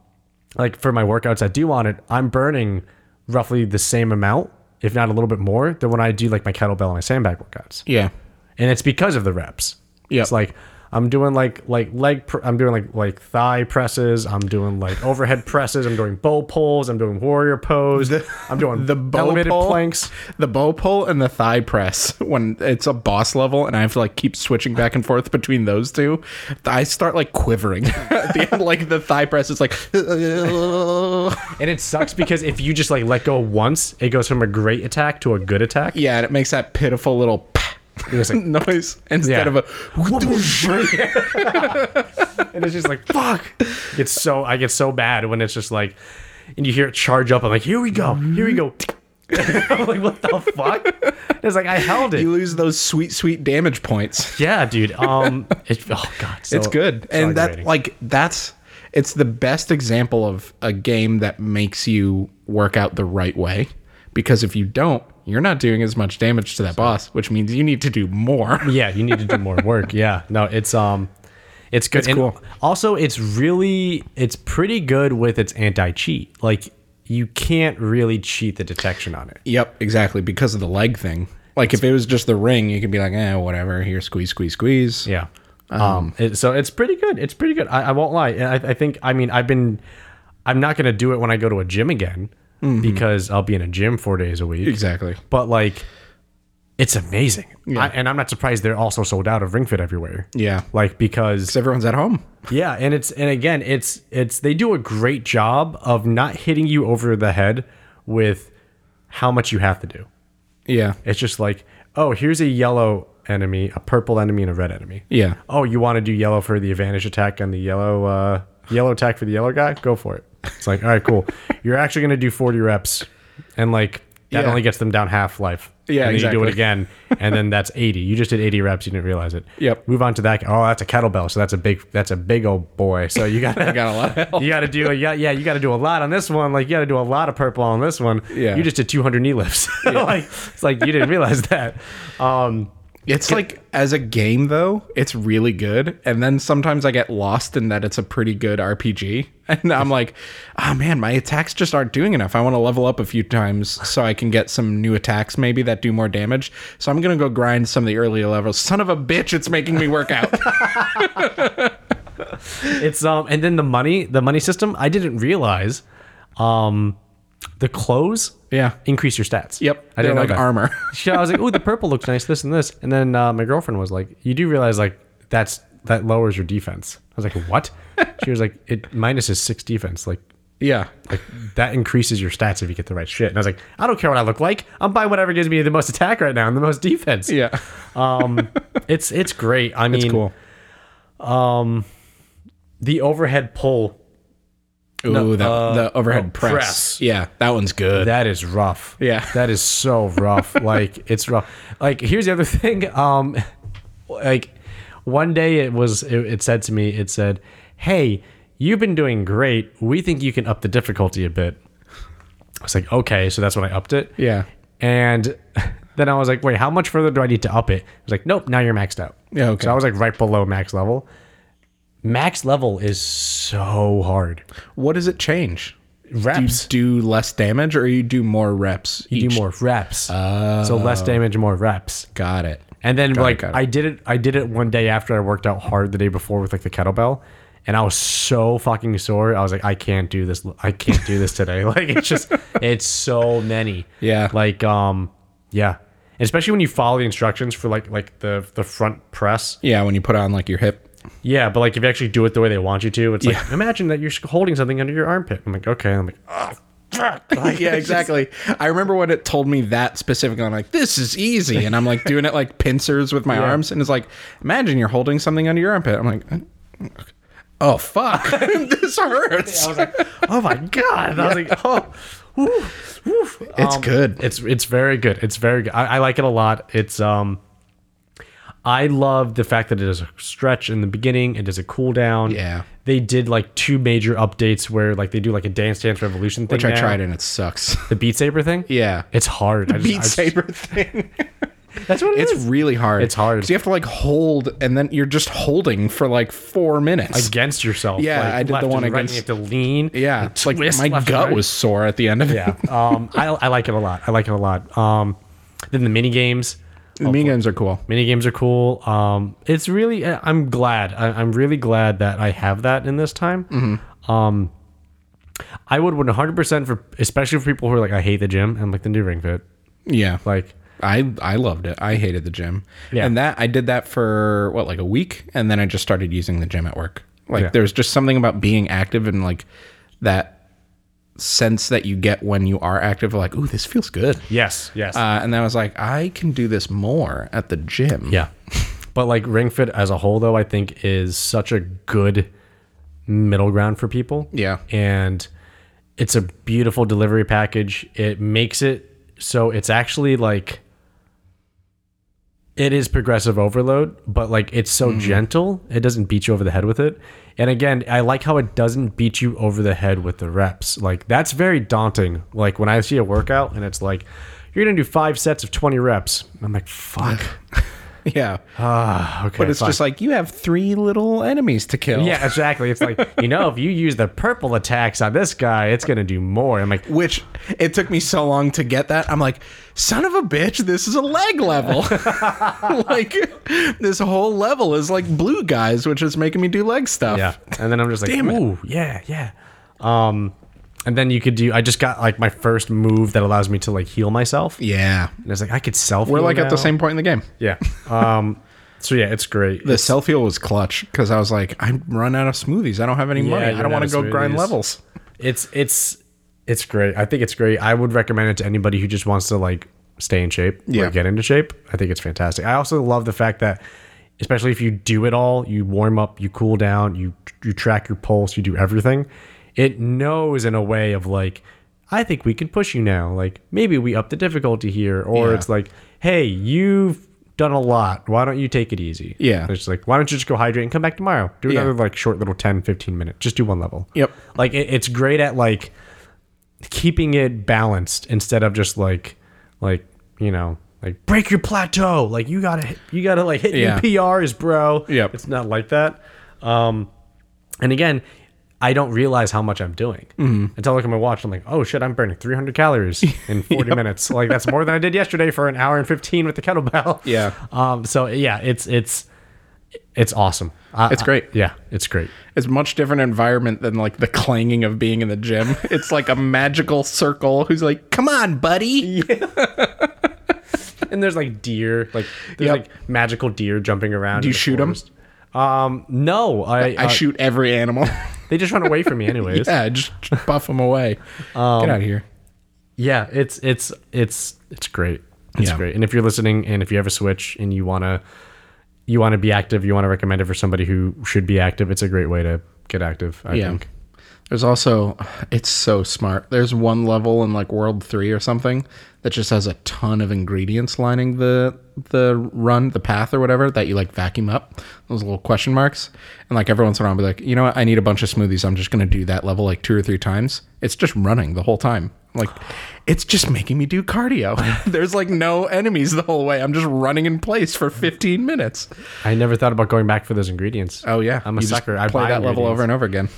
like for my workouts I do on it, I'm burning roughly the same amount, if not a little bit more, than when I do like my kettlebell and my sandbag workouts yeah. and it's because of the reps. Yeah. it's like I'm doing like like leg. Pr- I'm doing like like thigh presses. I'm doing like overhead presses. I'm doing bow pulls. I'm doing warrior pose. I'm doing (laughs) the bow elevated pull? planks. The bow pull and the thigh press (laughs) when it's a boss level and I have to like keep switching back and forth between those two, I start like quivering. (laughs) At the end, like the thigh press is like (laughs) And it sucks because if you just like let go once, it goes from a great attack to a good attack. Yeah, and it makes that pitiful little (laughs) noise instead Yeah. of a (laughs) and it's just like fuck. It's so I get so bad when it's just like, and you hear it charge up. I'm like, here we go, here we go. (laughs) I'm like, what the fuck? It's like I held it. you lose those sweet, sweet damage points. yeah, dude. (laughs) Um, it, oh god, so- it's good so and that aggravating. like that's it's the best example of a game that makes you work out the right way because if you don't you're not doing as much damage to that boss which means you need to do (laughs) more (laughs) yeah you need to do more work yeah no it's um it's good And cool. also it's really it's pretty good with its anti-cheat like you can't really cheat the detection on it yep exactly because of the leg thing like if it was just the ring you could be like eh whatever here squeeze squeeze squeeze yeah um, it- so it's pretty good it's pretty good i, I won't lie I, I think i mean i've been i'm not gonna do it when i go to a gym again Mm-hmm. because i'll be in a gym four days a week exactly but like it's amazing I, and i'm not surprised they're also sold out of ring fit everywhere yeah like because because everyone's at home Yeah, and it's and again, it's it's they do a great job of not hitting you over the head with how much you have to do. yeah It's just like, oh, here's a yellow enemy, a purple enemy, and a red enemy. (laughs) yeah Oh, you want to do yellow for the advantage attack on the yellow uh, yellow attack for the yellow guy? Go for it. It's like, all right, (laughs) cool. You're actually gonna do 40 reps, and like that Yeah. only gets them down half life. Yeah, and then you do exactly. it again, and (laughs) then that's 80. You just did 80 reps, you didn't realize it. Yep. Move on to that. Oh, that's a kettlebell, so that's a big that's a big old boy. So you gotta i (laughs) got a lot of help you got to do yeah yeah you got to do a lot on this one like you got to do a lot of purple on this one Yeah. you just did 200 knee lifts (laughs) like it's like you didn't realize that um It's like as a game though, it's really good. And then sometimes I get lost in that it's a pretty good RPG. (laughs) And I'm like, oh man, my attacks just aren't doing enough. I want to level up a few times so I can get some new attacks maybe that do more damage. So I'm gonna go grind some of the earlier levels. Son of a bitch, it's making me work (laughs) out. it's um and then the money the money system I didn't realize um the clothes yeah. increase your stats Yep. I They're didn't know like that. armor. (laughs) So I was like oh the purple looks nice this and this and then uh, my girlfriend was like you do realize like that's that lowers your defense I was like (laughs) what she was like it minuses six defense like yeah. Like that increases your stats if you get the right shit. And I was like, I don't care what I look like. I'm buying whatever gives me the most attack right now and the most defense. Yeah. Um, it's it's great. I mean, Cool. the overhead pull Ooh, that, the overhead oh, press. press. Yeah, that one's good. that is rough. Yeah. that is so rough. (laughs) like it's rough. Like here's the other thing. Um, like one day it was it, it said to me. It said, "Hey, you've been doing great. We think you can up the difficulty a bit." I was like, "Okay," so that's when I upped it. yeah. And (laughs) then I was like, wait, how much further do I need to up it? I was like, nope, now you're maxed out. Yeah, okay. So I was like right below max level. Max level is so hard. What does it change? Reps. Do less damage or you do more reps? You each Oh. do more reps. so less damage, more reps. Got it. And then like got it. I did it I did it one day after I worked out hard the day before with like the kettlebell and I was so fucking sore. I was like I can't do this I can't do this today. (laughs) Like it's just it's so many. Yeah. Like um yeah. Especially when you follow the instructions for like like the the front press. Yeah, when you put on like your hip. Yeah, but like if you actually do it the way they want you to, it's like imagine that you're holding something under your armpit. I'm like okay. I'm like (laughs) yeah, exactly. I remember when it told me that specifically. I'm like, this is easy, and I'm like doing it like pincers with my arms, and it's like, imagine you're holding something under your armpit. I'm like, oh fuck, (laughs) this hurts. oh my god! And I was like, oh, woof, woof. It's good. It's it's very good. It's very good. I, I like it a lot. It's um, I love the fact that it does a stretch in the beginning. It does a cool down. Yeah. They did like two major updates where like they do like a Dance Dance Revolution thing. Which I now. tried and it sucks. the Beat Saber thing. (laughs) yeah, It's hard. I just- I Beat just- Saber thing. That's what it (laughs) It's is. really hard. It's hard. 'Cause you have to like hold, and then you're just holding for like four minutes. against yourself. Yeah, like, I did the left and one right, and against- You have to lean. yeah, and it's like twist my left and gut right. was sore at the end of it. Yeah. Um, I, I like it a lot. I like it a lot. Um, then the mini games. the mean games are cool. Mini games are cool. Um, it's really. I- I'm glad. I, I'm really glad that I have that in this time. Um, I would 100 percent for, especially for people who are like, I hate the gym. I'm like, then do Ring Fit. Yeah, Like, I I loved it. I hated the gym. Yeah. And that I did that for what like a week and then I just started using the gym at work. Like Yeah. there's just something about being active and like that sense that you get when you are active like ooh this feels good. yes, yes, Uh, and then I was like I can do this more at the gym. yeah. But like Ring Fit as a whole, though, I think is such a good middle ground for people. Yeah. (laughs) and it's a beautiful delivery package. It makes it so it's actually like it is progressive overload, but like it's so gentle, it doesn't beat you over the head with it. And again, I like how it doesn't beat you over the head with the reps. Like that's very daunting. Like when I see a workout and it's like you're gonna do five sets of twenty reps, I'm like, fuck. Yeah. (laughs) Ah, okay. but it's fine. just like you have three little enemies to kill. yeah, exactly. It's like you know, if you use the purple attacks on this guy, it's gonna do more. I'm like, Which it took me so long to get that. I'm like, son of a bitch, this is a (laughs) leg level. like, this whole level is like blue guys, which is making me do leg stuff. Yeah. And then I'm just like, Damn it. ooh, yeah, yeah. Um, and then you could do. I just got like my first move that allows me to like heal myself. And Yeah. it's like I could self. E We're like at the same point in the game. Yeah. Um. So yeah, it's great. The self heal was clutch because I was like, I'm run out of smoothies. I don't have any money. you're I don't out want to of go grind smoothies. levels. It's it's it's great. I think it's great. I would recommend it to anybody who just wants to like stay in shape Yeah. or get into shape. I think it's fantastic. I also love the fact that especially if you do it all, you warm up, you cool down, you you track your pulse, you do everything. It knows in a way of like I think we can push you now. Like maybe we up the difficulty here or Yeah. it's like hey, you've done a lot. Why don't you take it easy? Yeah. It's like why don't you just go hydrate and come back tomorrow? Do Yeah. another like short little 10 15 minute. Just do one level Yep. like it, it's great at like keeping it balanced instead of just like like you know like break your plateau like you gotta hit- you gotta like hit Yeah. your prs bro Yep. it's not like that um and again i don't realize how much i'm doing Mm-hmm. until i look at my watch i'm like oh shit i'm burning 300 calories (laughs) in 40 minutes like that's more than i did yesterday for an hour and 15 with the kettlebell Yeah. (laughs) um so yeah it's it's it's awesome I- It's I- great. yeah it's great It's much different environment than like the clanging of being in the gym. (laughs) It's like a magical circle who's like, come on, buddy. And there's like deer, like there's Yep. like magical deer jumping around. Do you shoot 'em? Um, no, I, I uh, shoot every animal. (laughs) they just run away from me anyways. (laughs) yeah. Yeah, just buff them away. Um, Get out of here. it's it's it's it's great. It's Yeah. great. And if you're listening, and if you have a Switch and you wanna you wanna be active, you wanna recommend it for somebody who should be active. It's a great way to get active. I Yeah. think. There's also, it's so smart. There's one level in like World Three or something that just has a ton of ingredients lining the the run, the path or whatever that you like vacuum up. Those little question marks, and like every once in a while, I'll be like, you know what? I need a bunch of smoothies. I'm just gonna do that level like two or three times. It's just running the whole time. I'm like, it's just making me do cardio. (laughs) There's like no enemies the whole way. I'm just running in place for 15 minutes. I never thought about going back for those ingredients. Oh yeah, I'm a You just sucker. I play buy that level ingredients. over and over again.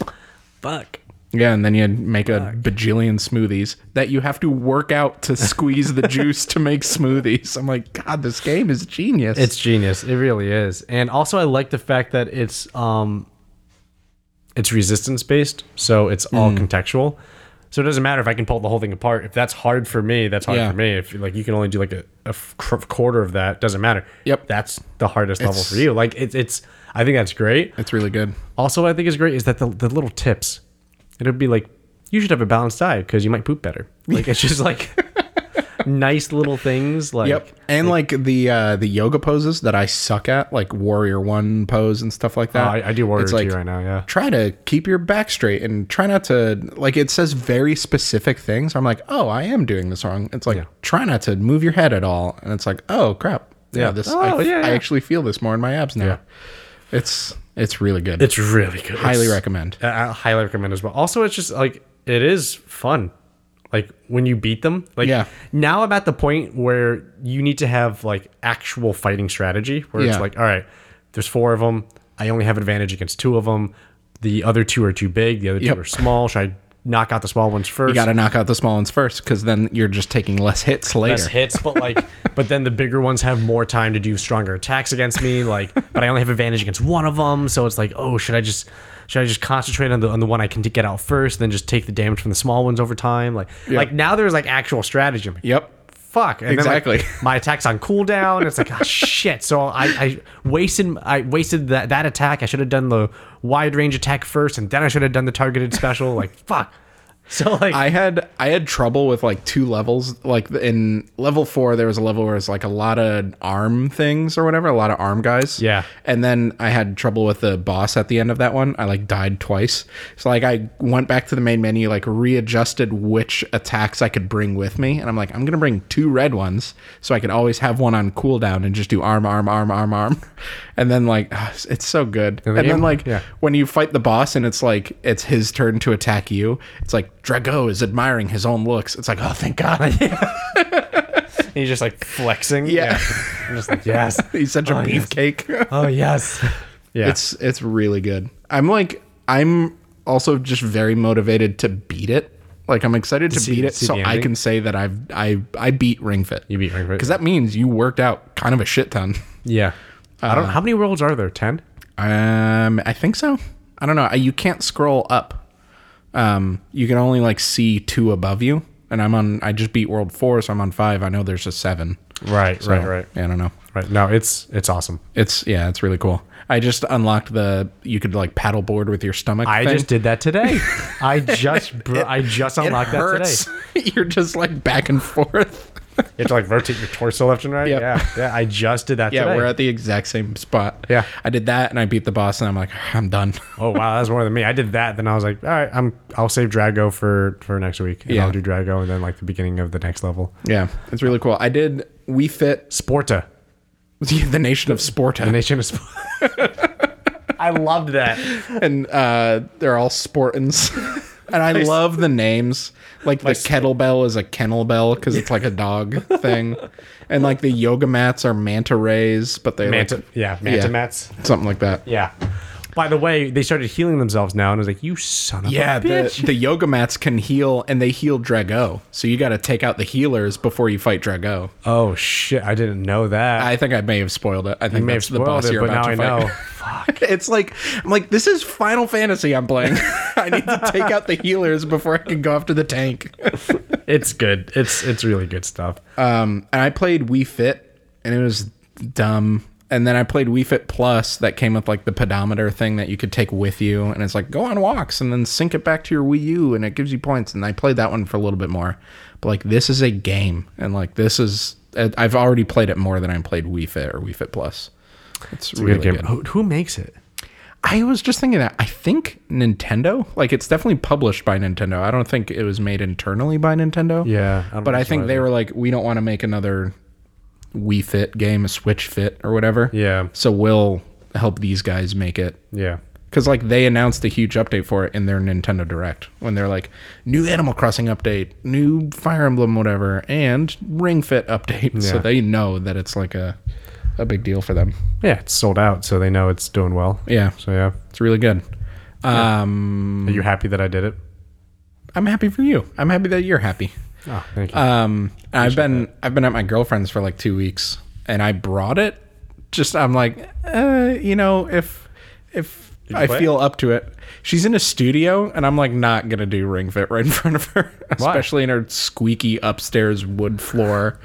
Fuck. Yeah, and then you make a bajillion smoothies that you have to work (laughs) out to squeeze the juice to make smoothies. I'm like, God, this game is genius. It's genius. It really is. And also I like the fact that it's um it's resistance based, so it's all Hmm. contextual. So it doesn't matter if I can pull the whole thing apart. If that's hard for me, that's hard Yeah. for me. If like you can only do like a, a f- cr- quarter of that, doesn't matter. Yep. That's the hardest level It's- for you. Like it's it's I think that's great. it's really good. Also, what I think is great is that the, the little tips. It'll be like you should have a balanced diet because you might poop (laughs) better. Like it's just like nice little things. Like Yep. And like the uh the yoga poses that I suck at, like warrior one pose and stuff like that. Oh, I- I do warrior It's two right now, yeah. Try to keep your back straight and try not to like it says very specific things. I'm like, oh, I am doing this wrong. It's like try not to move your head at all. And it's like, oh crap. Yeah, Yeah. this Oh, I, yeah, I yeah. actually feel this more in my abs now. It's it's really good. it's really good. highly It's- recommend. I I highly recommend as well. Also, it's just like it is fun. Like when you beat them, like Yeah. now I'm at the point where you need to have like actual fighting strategy where it's Yeah. like, all right, there's four of them. I only have advantage against two of them. The other two are too big. The other two Yep. are small. Should I knock out the small ones first? You got to knock out the small ones first because then you're just taking less hits later. less hits, but (laughs) like, but then the bigger ones have more time to do stronger attacks against me. Like, but I only have advantage against one of them, so it's like, oh, should I just, should I just concentrate on the on the one I can t- get out first, then just take the damage from the small ones over time? Like, like now there's like actual strategy. I'm like, Yep. Fuck. And Then, Exactly. like, (laughs) my attack's on cooldown. It's like, ah, shit. So I, I wasted I wasted that, that attack. I should have done the wide range attack first, and then I should have done the targeted special. Like, fuck. So like, I had I had trouble with like two levels. Like in level four, there was a level where it's like a lot of arm things or whatever, a lot of arm guys. Yeah. And then I had trouble with the boss at the end of that one. I like died twice. So like I went back to the main menu, like readjusted which attacks I could bring with me, and I'm like, I'm gonna bring two red ones so I could always have one on cooldown and just do arm, arm, arm, arm, arm. (laughs) And then like (sighs) it's so good. And, game- then like yeah. when you fight the boss and it's like it's his turn to attack you, it's like Drago is admiring his own looks. It's like, oh thank God. (laughs) And he's just like flexing. Yeah. (laughs) I'm just like, yes. (laughs) He's such a Oh, yes. beefcake. (laughs) Oh, yes. Yeah. It's it's really good. I'm like I'm also just very motivated to beat it. Like I'm excited to see- beat it see so the I ending? can say that I've I I beat Ring Fit. you beat Ring Fit. Cuz that means you worked out kind of a shit ton. (laughs) yeah. I don't How many worlds are there? 10? Um I think so. I don't know. I- You can't scroll up. Um you can only like see two above you and I'm on I just beat world 4 so I'm on 5. I know there's a 7. Right, right, So, right. Yeah, I don't know. Right. No, it's it's awesome. It's yeah, it's really cool. I just unlocked the you could like paddleboard with your stomach I thing. just did that (laughs) today. I just br- I just It unlocked that today. hurts. (laughs) You're just like back and (laughs) forth. You have to like rotate your torso left and right. Yep. Yeah. Yeah. I just did that Yeah, today. we're at the exact same spot. Yeah. I did that and I beat the boss and I'm like, I'm done. oh wow, that was more than me. I did that, then I was like, all right, I'm I'll save Drago for for next week. And Yeah. I'll do Drago and then like the beginning of the next level. Yeah, (laughs) it's really cool. I did We Fit (laughs) Sporta. the Nation of The Sporta, nation of (laughs) Sport. I loved that. and uh, they're all Sportins. (laughs) And I love the names. Like the kettlebell is a kennel bell because it's like (laughs) a dog thing, and like the yoga mats are manta rays, but they Manta, like yeah, Manta yeah. Mats. something like that. Yeah. By the way, they started healing themselves now, and I was like, "You son of Yeah, a bitch!" the, the yoga mats can heal and they heal Drago. So you got to take out the healers before you fight Drago. oh shit! I didn't know that. I think I may have spoiled it. I think may have that's the spoiled boss it, you're but now about I to fight. (laughs) know. it's like I'm like this is Final Fantasy I'm playing. (laughs) I need to take out the healers before I can go after the tank. it's good. It's it's really good stuff. Um, and I played We Fit and it was dumb. And then I played We Fit Plus that came with like the pedometer thing that you could take with you, and it's like go on walks and then sync it back to your Wii U, and it gives you points. And I played that one for a little bit more, but like this is a game, and like this is I've already played it more than I played We Fit or We Fit Plus. It's, really Good game. good. Who, who makes it? I was just thinking that I think Nintendo, like it's definitely published by Nintendo. I don't think it was made internally by Nintendo. Yeah, Mm, I don't but I think so think they either. were like, we don't want to make another Wii Fit game, a Switch Fit or whatever. Yeah. So we'll help these guys make it. Yeah. Because like they announced a huge update for it in their Nintendo Direct when they're like, new Animal Crossing update, new Fire Emblem whatever, and Ring Fit update. (laughs) So Yeah. they know that it's like a a big deal for them. Yeah, it's sold out, so they know it's doing well. Yeah, So yeah, it's really good. Um, are you happy that I did it? I'm happy for you. I'm happy that you're happy. Oh, thank you. Um, and I've been I've been at my girlfriend's for like two weeks, and I brought it. Just I'm like, uh, you know, if if I play feel up to it, she's in a studio, and I'm like not gonna do Ring Fit right in (laughs) front of her, especially in her squeaky upstairs wood floor.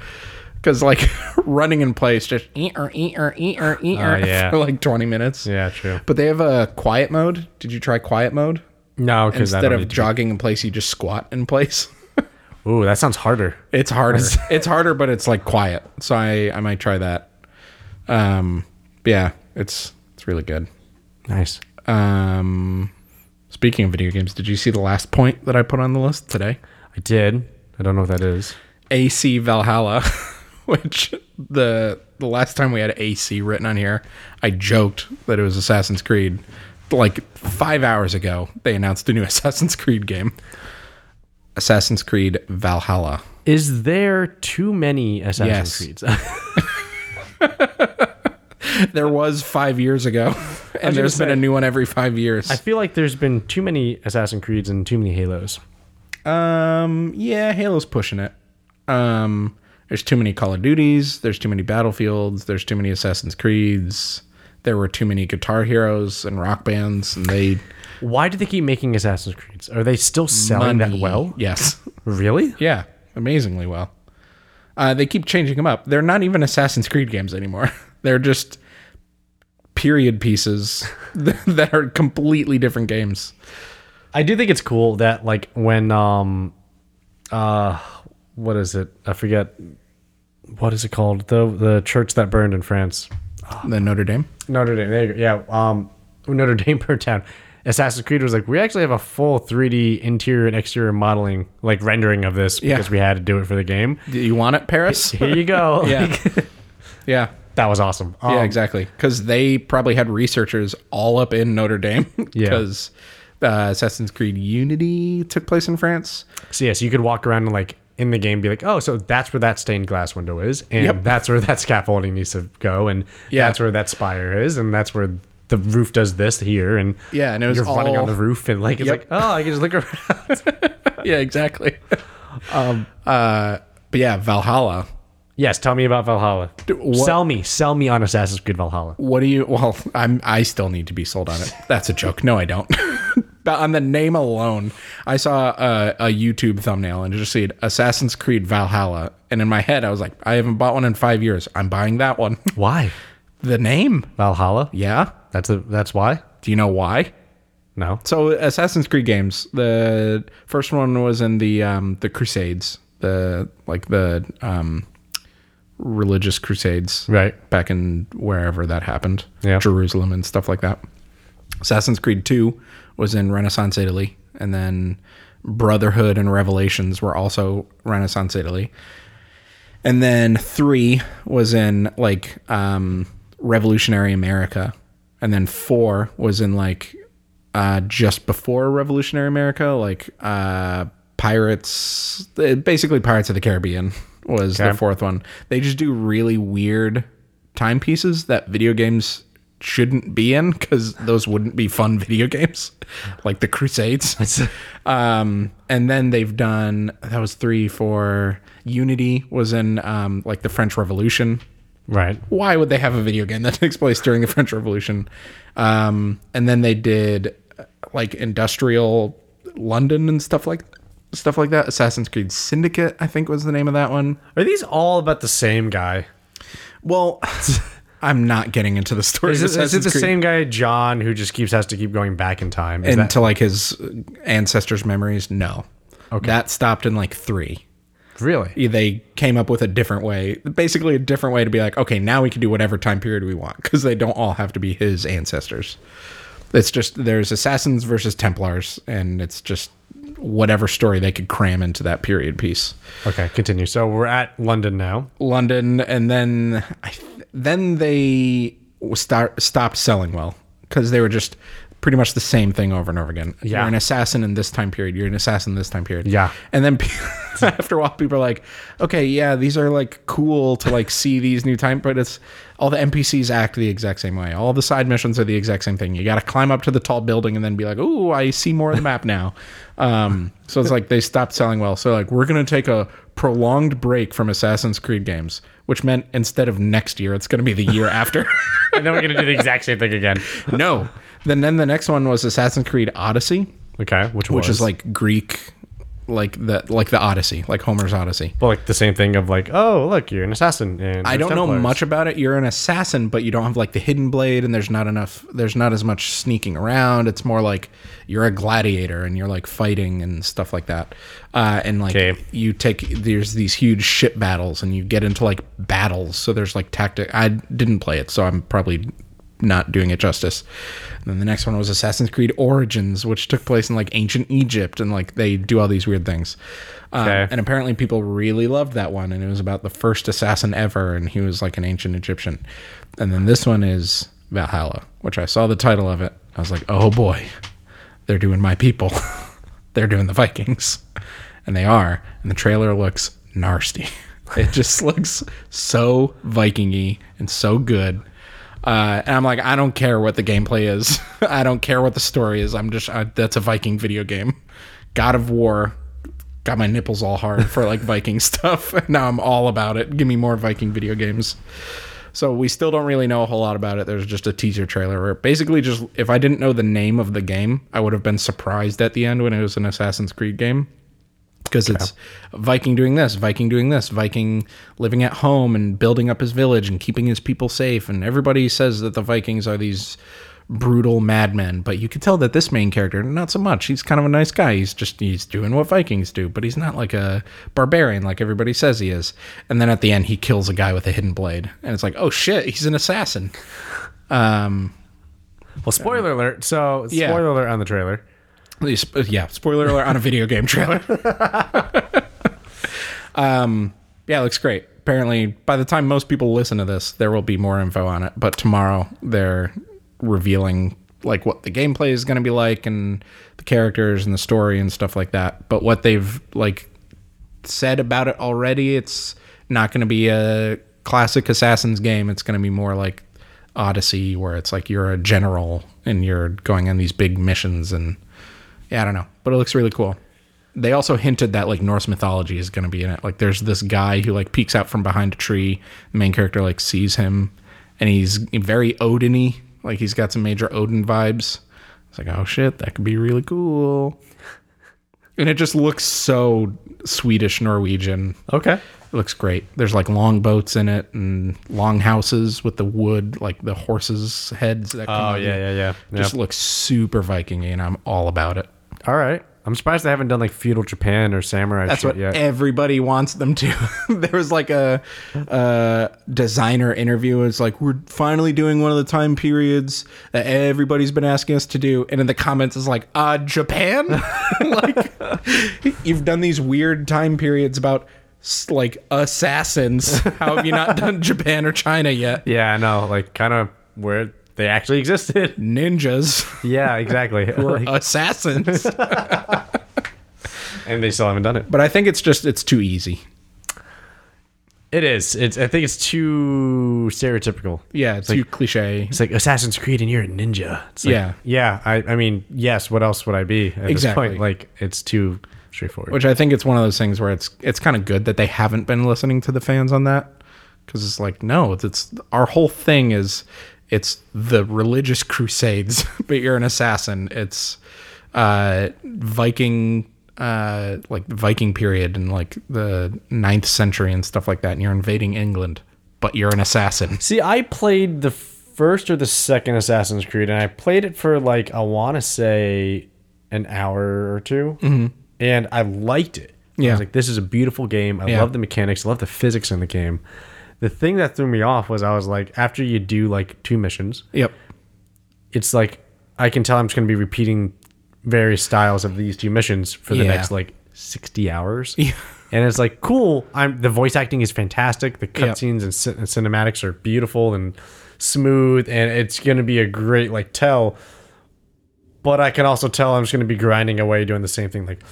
Because like (laughs) running in place, just eat or eat or eat or eat Oh, (laughs) yeah. for like 20 minutes. yeah, true. But they have a quiet mode. Did you try quiet mode? No, because Instead of jogging in place, you just squat in place. (laughs) Ooh, that sounds harder. It's harder. it's harder, but it's like quiet. So I I might try that. Um, yeah, it's it's really good. Nice. Um, speaking of video games, did you see the last point that I put on the list today? I did. I don't know what that is. AC Valhalla, (laughs) which the the last time we had AC written on here, I joked that it was Assassin's Creed. Like five hours ago, they announced a new (laughs) Assassin's Creed game. Assassin's Creed Valhalla. Is there too many Assassin's Yes. Creeds? (laughs) There was five years ago, (laughs) and there's been say- a new one every five years. I feel like there's been too many Assassin's Creeds and too many Halos. Um, yeah, Halo's pushing it. Um, there's too many Call of Duties. There's too many Battlefields. There's too many Assassin's Creeds. There were too many Guitar Heroes and rock bands, and they Why do they keep making Assassin's Creeds? Are they still selling that well? (laughs) Yes, Really? yeah, amazingly well. Uh, they keep changing them up. They're not even Assassin's Creed games anymore. (laughs) They're just period pieces (laughs) that are completely different games. I do think it's cool that like when um uh what is it? I forget what is it called? The the church that burned in France. The Notre Dame. Notre Dame. There you go. Yeah. Um, Notre (laughs) Dame per town. Assassin's Creed was like, we actually have a full 3D interior and exterior modeling, like rendering of this because we had to do it for the game. Do you want it, Paris? Here you go. (laughs) Yeah. yeah. (laughs) that was awesome. Um, Yeah, exactly. Because they probably had researchers all up in Notre Dame. Yeah. Because uh, Assassin's Creed Unity took place in France. So, yeah, so you could walk around and like in the game be like, oh, so that's where that stained glass window is. And Yep. that's where that scaffolding needs to go. And Yeah. that's where that spire is. And that's where the roof does this here. And Yeah, and it was you're running on all- the roof. And like, it's Yep. like, oh, I can just look around. (laughs) yeah, exactly. (laughs) um, uh, but yeah, Valhalla. yes. Tell me about Valhalla. what- Sell me. Sell me on Assassin's Creed Valhalla. What do you? Well, I'm. I still need to be sold on it. That's a joke. No, I don't. (laughs) but on the name alone, I saw a, a YouTube thumbnail and it just said Assassin's Creed Valhalla, and in my head, I was like, I haven't bought one in five years. I'm buying that one. (laughs) Why? the name. Valhalla? Yeah. That's a that's why? Do you know why? No. So Assassin's Creed games. The first one was in the um, the Crusades, the like the um, religious Crusades, Right. Back in wherever that happened, Yeah. Jerusalem and stuff like that. Assassin's Creed Two was in Renaissance Italy, and then Brotherhood and Revelations were also Renaissance Italy, and then Three was in like um, Revolutionary America, and then Four was in like uh, just before Revolutionary America, like uh, Pirates, uh, basically Pirates of the Caribbean was the fourth one. They just do really weird timepieces that video games shouldn't be in because those wouldn't be fun video games, (laughs) like (laughs) the Crusades. um, and then they've done that was three, four. Unity was in um, like the French Revolution Right. why would they have a video game that (laughs) takes place during the French Revolution? Um, and then they did uh, like industrial London and stuff like stuff like that. Assassin's Creed Syndicate, I think, was the name of that one. Are these all about the same guy? Well, (laughs) I'm not getting into the story. Is of it, is it Assassin's the Creed same guy, John, who just keeps has to keep going back in time? Is into like his ancestors' memories? No, okay, that stopped in like three. that really? They came up with a different way, basically a different way to be like, okay, now we can do whatever time period we want because they don't all have to be his ancestors. It's just there's assassins versus Templars, and it's just whatever story they could cram into that period piece. Okay, continue. So we're at London now. London, and then I th- then they start stopped selling well because they were just pretty much the same thing over and over again. Yeah. You're an assassin in this time period. You're an assassin in this time period. Yeah. And then pe- (laughs) after a while, people are like, okay, yeah, these are like cool to like see these new time, but it's all the NPCs act the exact same way. All the side missions are the exact same thing. You got to climb up to the tall building and then be like, ooh, I see more of the map now. (laughs) Um, so it's like they stopped selling well. So like we're gonna take a prolonged break from Assassin's Creed games, which meant instead of next year, it's gonna be the year after. and then we're gonna do the exact same thing again. no. (laughs) Then then the next one was Assassin's Creed Odyssey, Okay, which which was is like Greek, like the like the Odyssey, like Homer's Odyssey. well, like the same thing of like, oh look, you're an assassin. And I there's don't know Templars. much about it. You're an assassin, but you don't have like the hidden blade, and there's not enough. There's not as much sneaking around. It's more like you're a gladiator, and you're like fighting and stuff like that. Uh, and like Okay. you take there's these huge ship battles, and you get into like battles. So there's like tactic. I didn't play it, so I'm probably not doing it justice. And then the next one was Assassin's Creed Origins, which took place in like ancient Egypt, and like they do all these weird things. Um, Okay. And apparently, people really loved that one, and it was about the first assassin ever, and he was like an ancient Egyptian. And then this one is Valhalla, which I saw the title of it. I was like, oh boy, they're doing my people. (laughs) they're doing the Vikings, and they are. And the trailer looks nasty. (laughs) It just looks so Vikingy and so good. Uh, and I'm like, I don't care what the gameplay is. (laughs) I don't care what the story is. I'm just I, that's a Viking video game. God of War got my nipples all hard for like (laughs) Viking stuff. Now I'm all about it. Give me more Viking video games. So we still don't really know a whole lot about it. There's just a teaser trailer where basically just if I didn't know the name of the game, I would have been surprised at the end when it was an Assassin's Creed game because it's Viking doing this, Viking doing this, Viking living at home and building up his village and keeping his people safe. And everybody says that the Vikings are these brutal madmen, but you could tell that this main character, not so much. He's kind of a nice guy. He's just he's doing what Vikings do, but he's not like a barbarian like everybody says he is. And then at the end, he kills a guy with a hidden blade, and it's like, oh shit, he's an assassin. Well, spoiler alert. So, Yeah. spoiler alert on the trailer. Yeah, sp- Yeah, spoiler alert on a video game trailer. (laughs) um, yeah, it looks great. Apparently, by the time most people listen to this, there will be more info on it. But tomorrow, they're revealing like what the gameplay is going to be like and the characters and the story and stuff like that. But what they've like said about it already, it's not going to be a classic Assassin's game. It's going to be more like Odyssey, where it's like you're a general and you're going on these big missions and yeah, I don't know, but it looks really cool. They also hinted that like Norse mythology is going to be in it. Like there's this guy who like peeks out from behind a tree. The main character like sees him, and he's very Odin-y. Like he's got some major Odin vibes. It's like oh shit, that could be really cool. And it just looks so Swedish Norwegian. Okay. It looks great. There's like long boats in it and long houses with the wood, like the horses' heads. That come Oh out of yeah, it. yeah, yeah. Just Yep. looks super Viking, and I'm all about it. All right. I'm surprised they haven't done like feudal Japan or samurai That's shit what yet. everybody wants them to. (laughs) there was like a, a designer interview. It's like we're finally doing one of the time periods that everybody's been asking us to do, and in the comments it's like, uh, Japan. (laughs) like (laughs) you've done these weird time periods about s- like assassins. How have (laughs) you not done Japan or China yet? yeah, I know. Like kind of where they actually (laughs) existed. Ninjas yeah, exactly. or Like, (laughs) assassins. and they still haven't done it. but I think it's just it's too easy. It is. It's. I think it's too stereotypical. Yeah, it's too cliche. It's like Assassin's Creed, and you're a ninja. It's like, Yeah. yeah. I, I mean, yes. What else would I be at this Exactly. point? Like, it's too straightforward. which I think it's one of those things where it's it's kind of good that they haven't been listening to the fans on that because it's like no, it's our whole thing is it's the religious (laughs) crusades, but you're an assassin. It's uh, Viking uh, like Viking period and like the ninth century and stuff like that, and you're invading England, but you're an assassin. See, I played the first or the second Assassin's Creed, and I played it for like I want to say an hour or 2 and I liked it. I Yeah. was like, this is a beautiful game. I Yeah. love the mechanics. I love the physics in the game. The thing that threw me off was I was like, after you do like two missions, Yep. it's like I can tell I'm just going to be repeating various styles of these two missions for the Yeah. next like 60 hours. And it's like cool. I'm the voice acting is fantastic. The cutscenes and, cin- and cinematics are beautiful and smooth, and it's going to be a great like tell. But I can also tell I'm just going to be grinding away doing the same thing, like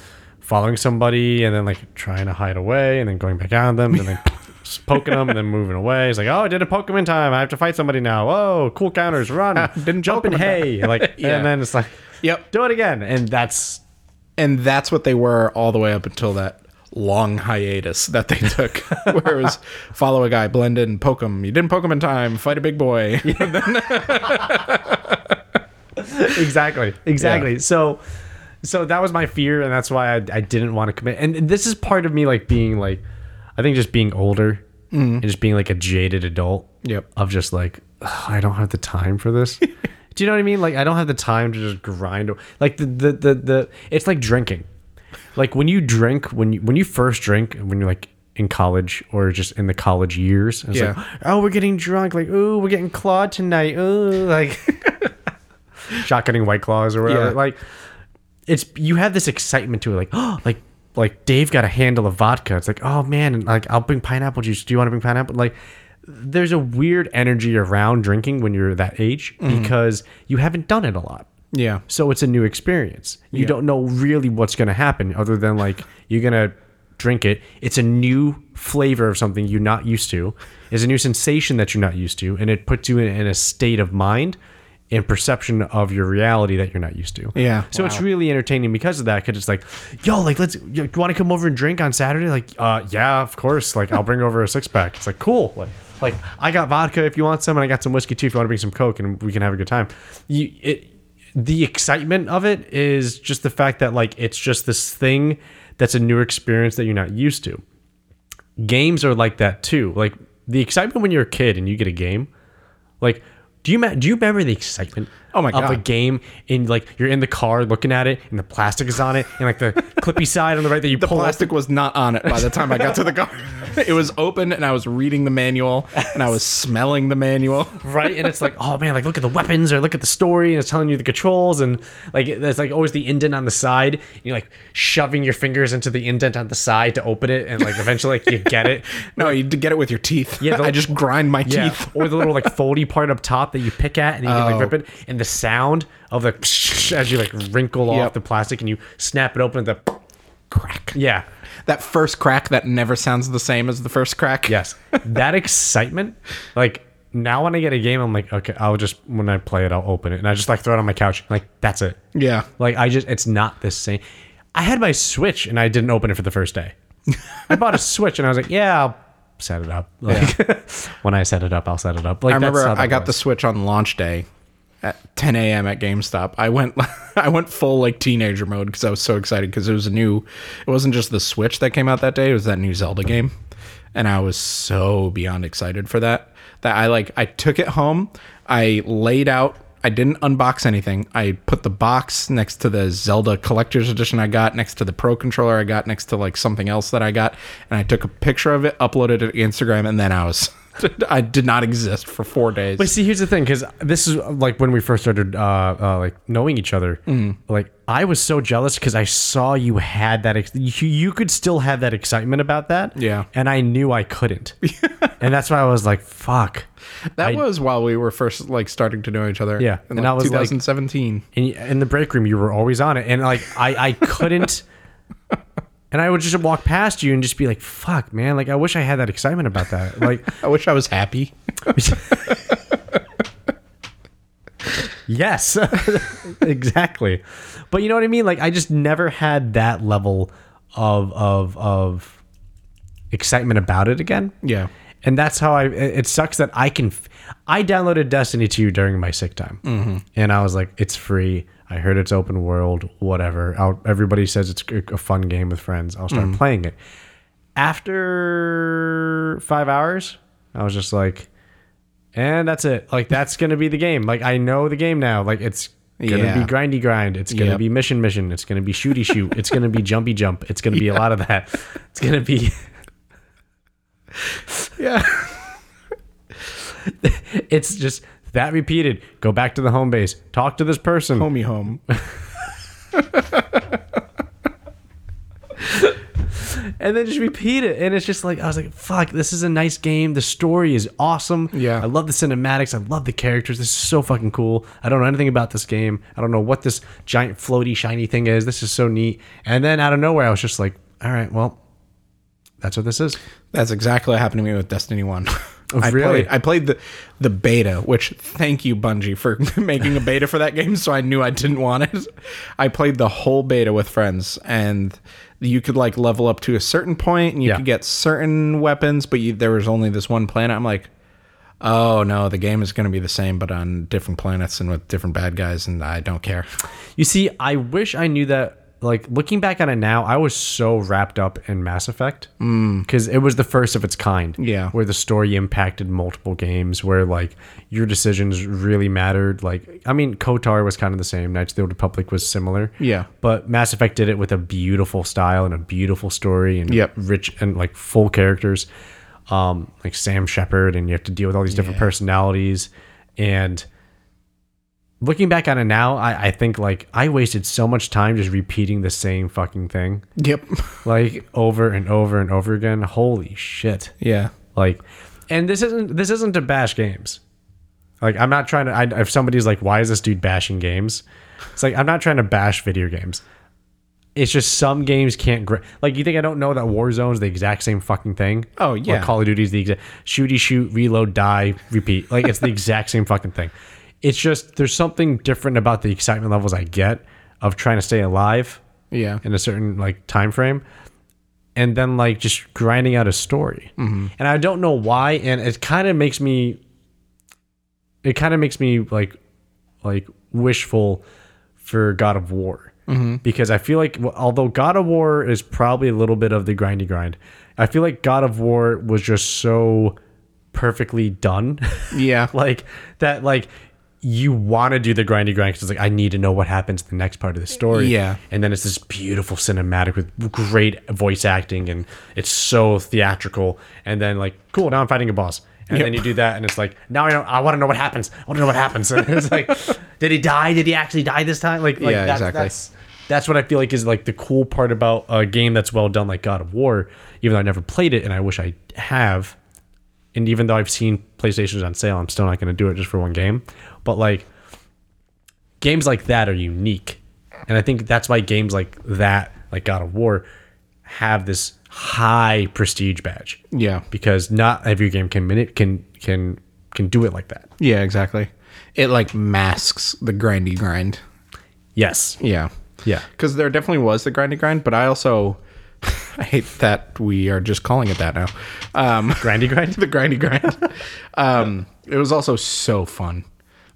following somebody and then like trying to hide away and then going back on them and then just poking them and then moving away. It's like, oh, I did a Pokemon time. I have to fight somebody now. Oh, cool counters, run, Didn't jump in Pokemon time. hay, (laughs) like, Yeah. and then it's like, Yep. do it again, and that's and that's what they were all the way up until that long hiatus that they took (laughs) where it was follow a guy blend in poke him you didn't poke him in time fight a big boy (laughs) (laughs) exactly exactly so so that was my fear and that's why I, I didn't want to commit and this is part of me like being like i think just being older and just being like a jaded adult Mm-hmm. Yep. of just like "Ugh, i don't have the time for (laughs) this do you know what i mean like i don't have the time to just grind like the the the, the it's like drinking like when you drink when you when you first drink when you're like in college or just in the college years and it's Yeah. like oh we're getting drunk like ooh we're getting clawed tonight ooh (laughs) like (laughs) shotgunning white claws or whatever. Yeah. Like it's you have this excitement to it, like oh, like (gasps) like Dave got a handle of vodka. It's like oh man, and like I'll bring pineapple juice. Do you want to bring pineapple? Like there's a weird energy around drinking when you're that age because you haven't done it a lot. yeah So it's a new experience. You don't know really what's going to happen other than like you're going to drink it. It's a new flavor of something you're not used to. It's a new sensation that you're not used to and it puts you in, in a state of mind and perception of your reality that you're not used to. Yeah. So it's really entertaining because of that cuz it's like, yo, like let's you want to come over and drink on Saturday? Like, uh yeah, of course. Like I'll bring over a six pack. It's like, cool. Like like I got vodka if you want some and I got some whiskey too if you want to bring some coke and we can have a good time. You it the excitement of it is just the fact that like it's just this thing that's a new experience that you're not used to. Games are like that too. Like the excitement when you're a kid and you get a game, like do you ma- do you remember the excitement? Oh my Of a God. game and like you're in the car looking at it and the plastic is on it and like the (laughs) clippy side on the right that you the pull up. plastic was not on it by the time i got to the car (laughs) it was open and i was reading the manual and i was smelling the manual (laughs) right? And it's like, oh man, like look at the weapons or look at the story, and it's telling you the controls, and like there's like always the indent on the side. And you're like shoving your fingers into the indent on the side to open it, and like eventually like you get it. no you did get it with your teeth Yeah, the- i just grind my Yeah, (laughs) teeth or the little like foldy part up top that you pick at and you can Oh. like rip it, and the sound of the (laughs) as you like wrinkle off Yep. the plastic and you snap it open, the crack. Yeah, that first crack that never sounds the same as the first crack Yes. that excitement, like now when I get a game, I'm like, okay, I'll just when I play it, I'll open it, and I just like throw it on my couch, like that's it. yeah Like I just, it's not the same. I had my Switch and I didn't open it for the first day. I bought a Switch and I was like, yeah, I'll set it up. Like (laughs) when I set it up, I'll set it up. Like I remember I got the Switch on launch day at 10 a.m. at GameStop. I went (laughs) I went full like teenager mode because I was so excited because it was a new. It wasn't just the Switch that came out that day. It was that new Zelda game, and I was so beyond excited for that that I like I took it home. I laid out. I didn't unbox anything. I put the box next to the Zelda collector's edition I got, next to the Pro controller I got, next to like something else that I got, and I took a picture of it, uploaded it to Instagram, and then I was (laughs) I did not exist for 4 days. But see, here's the thing, because this is like when we first started, uh, uh like knowing each other. Like I was so jealous because I saw you had that. Ex- you, you could still have that excitement about that. Yeah. And I knew I couldn't. and that's why I was like, "Fuck." That was while we were first like starting to know each other. Yeah, in and like, I was, like- 2017. And y- in the break room, you were always on it, and like I, I couldn't. and I would just walk past you and just be like, "Fuck, man!" Like I wish I had that excitement about that. Like. I wish I was happy. (laughs) yes, (laughs) exactly. But you know what I mean? Like I just never had that level of of of excitement about it again. Yeah. And that's how I. It it sucks that I can. f- I downloaded Destiny 2 during my sick time, Mm-hmm. and I was like, "It's free. I heard it's open world. Whatever. I'll, everybody says it's a fun game with friends. I'll Mm-hmm. start playing it." After five hours, I was just like, "And that's it. Like that's gonna be the game. Like I know the game now. Like it's gonna Yeah. be grindy grind. It's gonna Yep. be mission mission. It's gonna be shooty shoot. it's gonna be jumpy jump. It's gonna be a lot of that. It's gonna be." (laughs) Yeah. it's just that repeated. Go back to the home base. Talk to this person. Homie home. and then just repeat it. And it's just like I was like, fuck, this is a nice game. The story is awesome. Yeah. I love the cinematics. I love the characters. This is so fucking cool. I don't know anything about this game. I don't know what this giant floaty shiny thing is. This is so neat. And then out of nowhere, I was just like, all right, well, that's what this is. That's exactly what happened to me with Destiny (laughs) One. I Really? played, I played the the beta, which thank you Bungie for (laughs) making a beta for that game, so I knew I didn't want it. I played the whole beta with friends, and you could like level up to a certain point, and you Yeah. could get certain weapons, but you, there was only this one planet. I'm like, oh no, the game is going to be the same, but on different planets and with different bad guys, and I don't care. You see, I wish I knew that. Like looking back on it now, I was so wrapped up in Mass Effect because it was the first of its kind. Mm. Yeah. where the story impacted multiple games, where like your decisions really mattered. Like, I mean, Kotar was kind of the same. Knights of the Old Republic was similar. (laughs) Yeah. but Mass Effect did it with a beautiful style and a beautiful story and Yep. rich and like full characters, um, like Sam Shepard, and you have to deal with all these different personalities and looking back on it now, I, I think like I wasted so much time just repeating the same fucking thing, Yep. like over and over and over again. Holy shit! Yeah. Like, and this isn't this isn't to bash games. Like, I'm not trying to. I, if somebody's like, "Why is this dude bashing games?" It's like I'm not trying to bash video games. It's just some games can't gra- like you think I don't know that Warzone's the exact same fucking thing. Oh, yeah. Or Call of Duty's the exact shooty shoot reload die repeat. Like (laughs) it's the exact same fucking thing. It's just there's something different about the excitement levels I get of trying to stay alive Yeah. in a certain like time frame and then like just grinding out a story and i don't know why and it kind of makes me it kind of makes me like like wishful for god of war because i feel like well, although god of war is probably a little bit of the grindy grind i feel like god of war was just so perfectly done (laughs) Yeah. like that like you want to do the grindy grind because it's like i need to know what happens in the next part of the story Yeah. and then it's this beautiful cinematic with great voice acting and it's so theatrical and then like cool now i'm fighting a boss and then you do that and it's like now i don't i want to know what happens i want to know what happens (laughs) and it's like did he die did he actually die this time like, like Yeah, that- exactly. that's that's what i feel like is like the cool part about a game that's well done like god of war even though i never played it and i wish i have and even though I've seen PlayStations on sale, I'm still not going to do it just for one game. But like games like that are unique, and I think that's why games like that, like God of War, have this high prestige badge Yeah. because not every game can minute can can can do it like that. Yeah, exactly. It like masks the grindy grind. Yes. Yeah. Yeah. Because there definitely was the grindy grind, but I also (laughs) I hate that we are just calling it that now. Um, Grindy (laughs) grind. (laughs) the grindy grind. Um, it was also so fun.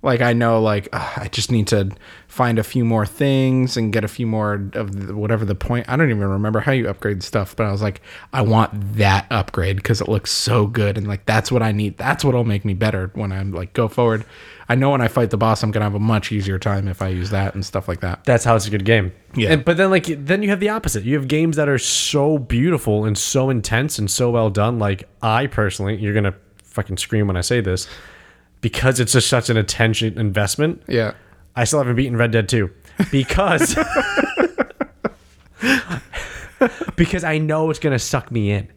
Like I know, like ah, I just need to find a few more things and get a few more of the, whatever the point. I don't even remember how you upgrade stuff, but I was like, I want that upgrade because it looks so good, and like that's what I need. That's what'll make me better when I'm like go forward. I know when I fight the boss, I'm gonna have a much easier time if I use that and stuff like that. That's how it's a good game. Yeah. And, but then like then you have the opposite. You have games that are so beautiful and so intense and so well done. Like I personally, you're gonna fucking scream when I say this, because it's just such an attention investment. Yeah, I still haven't beaten Red Dead 2 because (laughs) because I know it's gonna suck me in.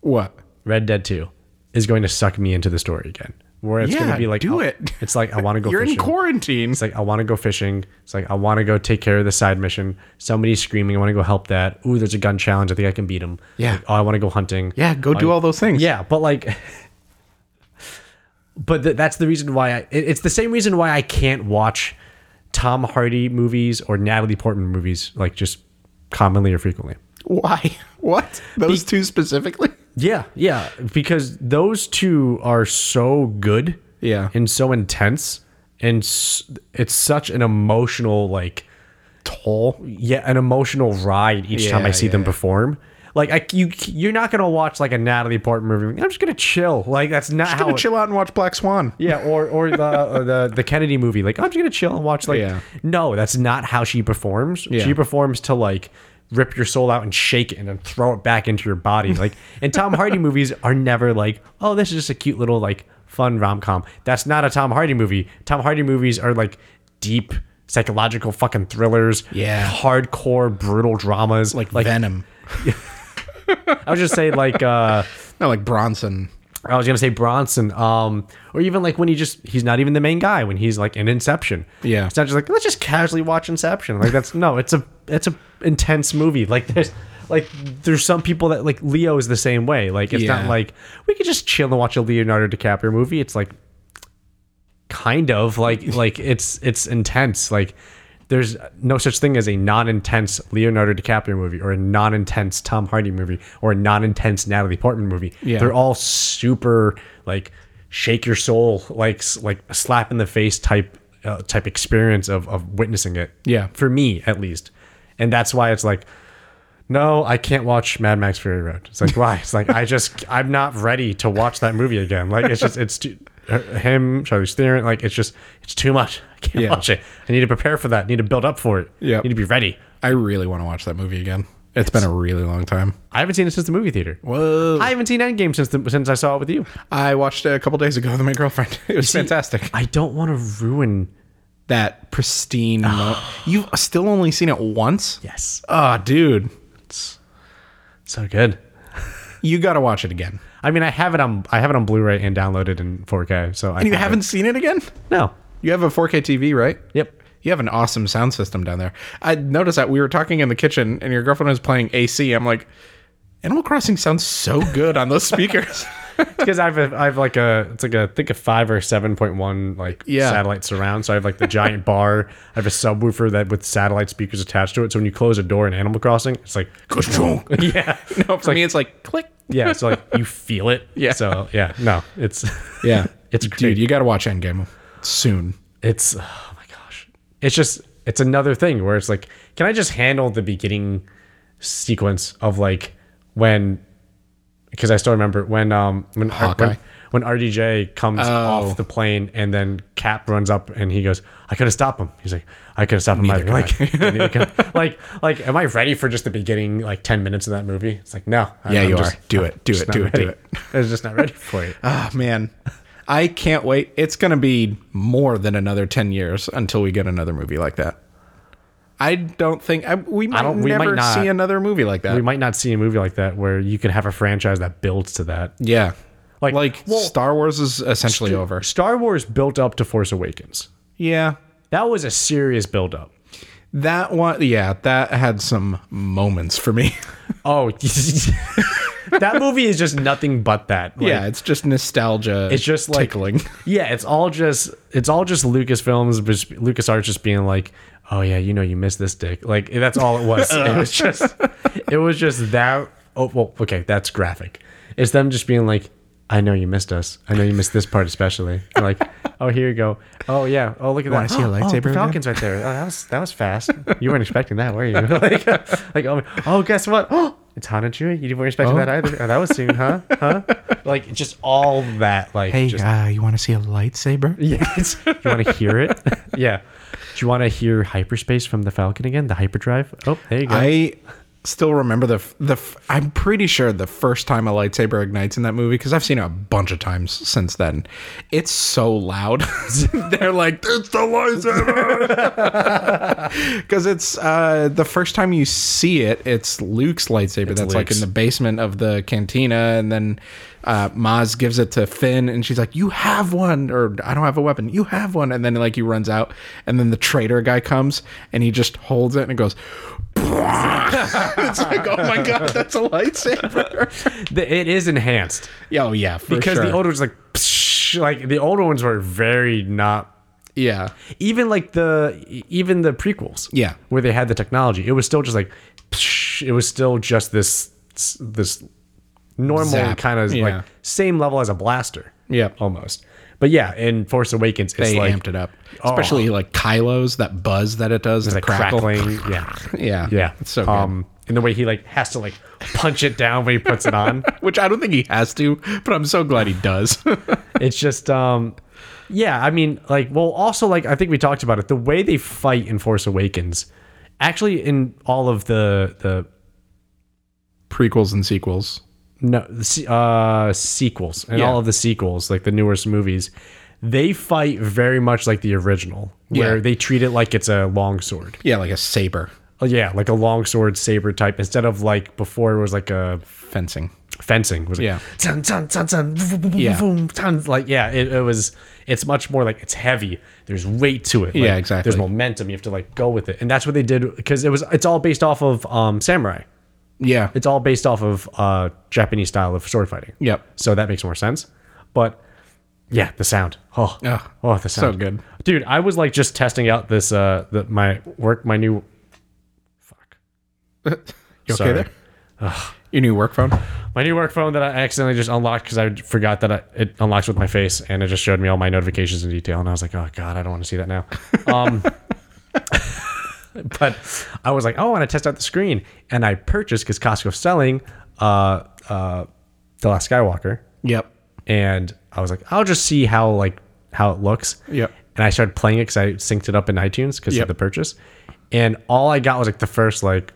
what? Red Dead 2 is going to suck me into the story again. Where it's Yeah, gonna be like do oh, it. It's like I want to go. (laughs) You're in fishing. quarantine. It's like I want to go fishing. It's like I want to go take care of the side mission. Somebody's screaming. I want to go help that. Ooh, there's a gun challenge. I think I can beat him. Yeah. Like, oh, I want to go hunting. Yeah, go do all those things. Yeah, but like, (laughs) but th- that's the reason why I. It, it's the same reason why I can't watch Tom Hardy movies or Natalie Portman movies like just commonly or frequently. (laughs) Why? What? Those two specifically? (laughs) Yeah, yeah, because those two are so good. Yeah. and so intense, and s- it's such an emotional like Toll. yeah an emotional ride each time I Yeah, see yeah, them yeah. perform. Like I, you, you're not gonna watch like a Natalie Portman movie. I'm just gonna chill. Like that's not I'm how. gonna it- chill out and watch Black Swan. Yeah, or or the or the the Kennedy movie. Like I'm just gonna chill and watch. Like Yeah. no, that's not how she performs. Yeah. She performs to like rip your soul out and shake it and then throw it back into your body. Like and Tom (laughs) Hardy movies are never like oh this is just a cute little like fun rom com. That's not a Tom Hardy movie. Tom Hardy movies are like deep psychological fucking thrillers. Yeah. hardcore brutal dramas Venom. I was just say like uh, Not like Bronson. I was gonna say Bronson, um, or even like when he just he's not even the main guy when he's like in Inception. Yeah. it's not just like let's just casually watch Inception. Like that's no, it's a it's a intense movie. Like there's like there's some people that like Leo is the same way. Like it's not Yeah. like we could just chill and watch a Leonardo DiCaprio movie. It's like kind of (laughs) like like it's it's intense. Like there's no such thing as a non-intense Leonardo DiCaprio movie or a non-intense Tom Hardy movie or a non-intense Natalie Portman movie. Yeah. They're all super like shake your soul like s- like a slap in the face type uh, type experience of of witnessing it. Yeah. For me at least. And that's why it's like no, I can't watch Mad Max Fury Road. It's like why? It's like I just I'm not ready to watch that movie again. Like it's just it's too, uh, him, Charlie Theron. Like it's just it's too much. I can't Yeah. watch it. I need to prepare for that. I need to build up for it. Yep. I need to be ready. I really want to watch that movie again. It's been a really long time. I haven't seen it since the movie theater. Whoa. I haven't seen Endgame since the, since I saw it with you. I watched it a couple days ago with my girlfriend. (laughs) It was fantastic. I don't want to ruin. That pristine. mo- (gasps) You've still only seen it once? Yes, Ah, dude. so good. You got to watch it again. I mean, I have it on I have it on Blu-ray and downloaded in 4K. So I And you have it. haven't seen it again? No. You have a 4K TV, right? Yep. You have an awesome sound system down there. I noticed that we were talking in the kitchen and your girlfriend was playing AC. I'm like, Animal Crossing sounds so good on those speakers. because I've a, I've like a it's like a I think a five or seven point one like Yeah. satellite surround. So I have like the giant bar. I have a subwoofer that with satellite speakers attached to it. So when you close a door in Animal Crossing, it's like (laughs) no, for yeah, me, it's like click. (laughs) yeah. So like you feel it. Yeah. So yeah, no, it's Yeah. It's great. Dude, you got to watch Endgame soon. it's oh my gosh, it's just it's another thing where it's like, can I just handle the beginning sequence of like when because I still remember when um when Hawkeye. Oh. when, when RDJ comes off the plane and then Cap runs up and he goes, I could have stopped him. He's like, I could have stopped him. either." Like, (laughs) neither (laughs) could I. like, like, am I ready for just the beginning like ten minutes of that movie? It's like, no. I- Yeah, I'm you just- are. Do it. Do it. not Do it. Do ready. it. (laughs) I was just not ready for (laughs) it. Oh, man. I can't wait. It's going to be more than another 10 years until we get another movie like that. I don't think I, we might don't- we might never not. see another movie like that. We might not see a movie like that where you could have a franchise that builds to that. yeah. Like- Like, like well- Star Wars is essentially over. Star Wars built up to Force Awakens. Yeah. That was a serious build up. That one, yeah, that had some moments for me. (laughs) Oh, (laughs) that movie is just nothing but that. Like, yeah, it's just nostalgia. it's just like tickling. Yeah, it's all just it's all just Lucasfilms, just- LucasArts just being like, oh yeah, you know you missed this dick. Like that's all it was. it was just it was just that. Oh well, okay, that's graphic. It's them just being like, I know you missed us. I know you missed this part especially. And like, oh here you go. Oh yeah. Oh look at that. see a Oh, lightsaber Oh, the again? Falcon's right there. Oh, that was that was fast. You weren't expecting that, were you? (laughs) like, like oh, oh guess what? Oh. It's Han and Chewie. You weren't expecting that either. Oh, that was soon, huh? Huh? Like just all that. Like just uh, you want to see a lightsaber? yeah. (laughs) It's, you want to hear it? (laughs) yeah. Do you want to hear hyperspace from the Falcon again? The hyperdrive? Oh, there you go. I still remember the f- the. f- I'm pretty sure the first time a lightsaber ignites in that movie because I've seen it a bunch of times since then. It's so loud. (laughs) They're like, "It's the lightsaber," (laughs) because it's uh, the first time you see it. It's Luke's lightsaber that's like Luke's. in the basement of the cantina, and then uh, Maz gives it to Finn, and she's like, "You have one," or "I don't have a weapon." You have one, and then like he runs out, and then the traitor guy comes, and he just holds it and goes. it's like, (laughs) oh my god, that's a lightsaber. The- it is enhanced oh yeah, for because sure. the older ones like psh, like the older ones were very not yeah, even like the e, even the prequels Yeah. where they had the technology it was still just like psh, it was still just this this normal Zap. kind of Yeah. like same level as a blaster Yeah. almost but yeah in force awakens it's they like amped it up, oh. especially like Kylo's that buzz that it does, the like crackle. crackling (laughs) yeah Yeah, Yeah. it's so good. Um, and the way he like has to like punch it down when he puts it on. (laughs) Which I don't think he has to, but I'm so glad he does. (laughs) (laughs) It's just um yeah, I mean like well also like I think we talked about it. The way they fight in Force Awakens actually in all of the the Prequels and sequels. no the se- uh sequels and Yeah. all of the sequels like the newest movies they fight very much like the original where Yeah. they treat it like it's a long sword Yeah, like a saber. oh, yeah, like a longsword saber type instead of like before it was like a Fencing. fencing was like, Yeah. "Tun, tun, tun, tun, vroom, vroom, Yeah. vroom, tun." like yeah it, it was it's much more like it's heavy there's weight to it Like, Yeah, exactly. there's momentum you have to like go with it and that's what they did because it was it's all based off of um samurai Yeah. it's all based off of uh japanese style of sword fighting Yep. (laughs) so that makes more sense but yeah the sound oh Ugh. oh the sound good. dude i was like just testing out this uh the, my work my new fuck You okay Sorry. there? Your new work phone? My new work phone that I accidentally just unlocked because I forgot that I, it unlocks with my face, and it just showed me all my notifications in detail, and I was like, "Oh God, I don't want to see that now." Um, (laughs) but I was like, "Oh, I want to test out the screen," and I purchased because Costco's selling uh, uh, the Last Skywalker, Yep. and I was like, "I'll just see how like how it looks." Yep. And I started playing it because I synced it up in iTunes because Yep. of the purchase, and all I got was like the first like